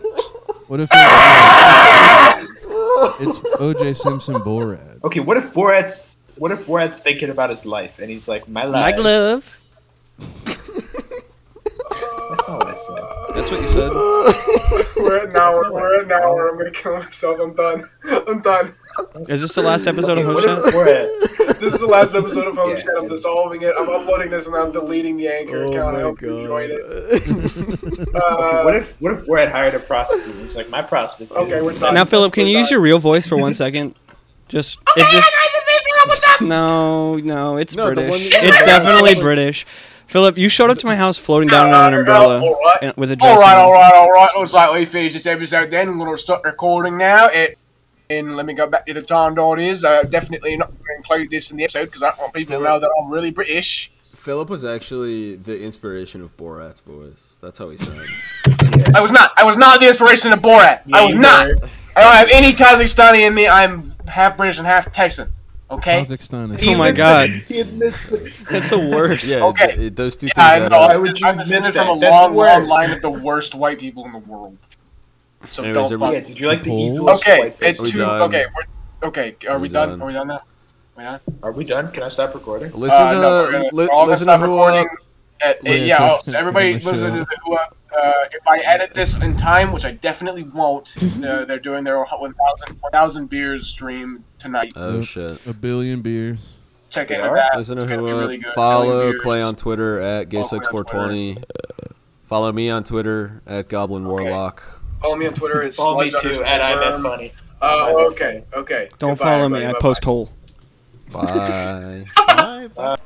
Speaker 6: What if it, it's O.J. Simpson Borat?
Speaker 3: Okay, what if Borat's what if Borat's thinking about his life and he's like, my life.
Speaker 4: glove.
Speaker 3: That's not what I said.
Speaker 4: That's what you said.
Speaker 5: We're at an hour. We're at an hour. I'm gonna kill myself. I'm done. I'm done.
Speaker 4: Is this the last episode of
Speaker 3: What
Speaker 4: Hoshot?
Speaker 3: if Borat?
Speaker 5: This is the last episode of Home
Speaker 3: Yeah.
Speaker 5: Chat. I'm dissolving it. I'm uploading this and I'm deleting the
Speaker 4: Oh
Speaker 5: anchor account. I hope you enjoyed it. Uh,
Speaker 3: What if what if Borat hired a prostitute? He's like, my prostitute.
Speaker 5: okay, we're done.
Speaker 4: Now, Philip, can
Speaker 5: We're
Speaker 4: you use
Speaker 5: done.
Speaker 4: your real voice for one second? Just,
Speaker 5: Oh
Speaker 4: it just no, no, it's
Speaker 8: No, the one
Speaker 4: British.
Speaker 8: that-
Speaker 4: It's definitely British. Philip, you showed up to my house floating down
Speaker 5: No,
Speaker 4: on
Speaker 5: no,
Speaker 4: an
Speaker 5: no,
Speaker 4: umbrella
Speaker 5: all right.
Speaker 4: and- with a
Speaker 5: All
Speaker 4: dress.
Speaker 5: right,
Speaker 4: on.
Speaker 5: all right, all right. Looks like we finished this episode. Then we're gonna start recording now. It, and let me go back to the time that it is. Uh, definitely not going to include this in the episode because I don't want people to know that I'm really British.
Speaker 2: Philip was actually the inspiration of Borat's voice. That's how he sounds.
Speaker 5: I was not. I was not the inspiration of Borat. I was
Speaker 3: you
Speaker 5: not.
Speaker 4: Oh
Speaker 5: I don't have any Kazakhstani in me. I'm half British and half Texan. Okay.
Speaker 6: Kazakhstan.
Speaker 4: Oh
Speaker 6: Is
Speaker 4: my god,
Speaker 3: He admits it.
Speaker 4: that's the worst.
Speaker 2: Yeah,
Speaker 5: Okay.
Speaker 2: th- it- those two things.
Speaker 5: I
Speaker 2: add
Speaker 5: know.
Speaker 2: up.
Speaker 5: I
Speaker 3: Why would you
Speaker 5: I'm descended
Speaker 3: admit
Speaker 5: from a
Speaker 3: that? That's
Speaker 5: long, long
Speaker 3: worse.
Speaker 5: line of the worst white people in the world. So
Speaker 2: Anyways,
Speaker 5: don't
Speaker 2: every-
Speaker 5: fuck.
Speaker 3: Yeah, did you like the
Speaker 6: Paul?
Speaker 3: evil?
Speaker 5: Okay, it's
Speaker 2: Are we
Speaker 5: two.
Speaker 2: done?
Speaker 5: Okay, we're okay. Are, we,
Speaker 2: we
Speaker 5: done?
Speaker 2: done?
Speaker 5: Are we done now? we done?
Speaker 3: Are we done? Can I stop recording?
Speaker 2: Listen
Speaker 5: Uh,
Speaker 2: to
Speaker 5: no, we're gonna-
Speaker 2: li-
Speaker 5: we're all gonna
Speaker 2: listen to
Speaker 5: stop
Speaker 2: who Up.
Speaker 5: recording at-
Speaker 6: Yeah,
Speaker 5: yeah,
Speaker 6: it's-
Speaker 5: oh, everybody
Speaker 6: it's pretty much,
Speaker 5: listen
Speaker 6: uh,
Speaker 5: to the who Up. Uh, if I edit this in time, which I definitely won't, they're, they're doing their 1,000 1,000 beers stream tonight.
Speaker 2: Oh shit.
Speaker 6: a billion beers.
Speaker 5: Check
Speaker 3: They
Speaker 5: into
Speaker 3: are?
Speaker 5: that.
Speaker 2: Listen
Speaker 5: It's
Speaker 2: to
Speaker 5: gonna
Speaker 2: who
Speaker 5: be
Speaker 2: Up.
Speaker 5: really good. Million
Speaker 2: uh, Follow
Speaker 5: beers.
Speaker 2: Clay on Twitter at
Speaker 5: Follow me on
Speaker 2: gaysex420. Uh, Follow me on Twitter at Goblin Warlock.
Speaker 5: Follow me on Twitter. It's
Speaker 3: Follow me
Speaker 5: sludge
Speaker 3: too
Speaker 5: underscore
Speaker 3: at I
Speaker 5: worm.
Speaker 3: met funny.
Speaker 5: Oh, okay, okay.
Speaker 4: Don't
Speaker 5: Goodbye,
Speaker 4: follow me.
Speaker 5: everybody.
Speaker 4: I
Speaker 5: Bye-bye.
Speaker 4: post hole.
Speaker 2: Bye.
Speaker 1: Bye.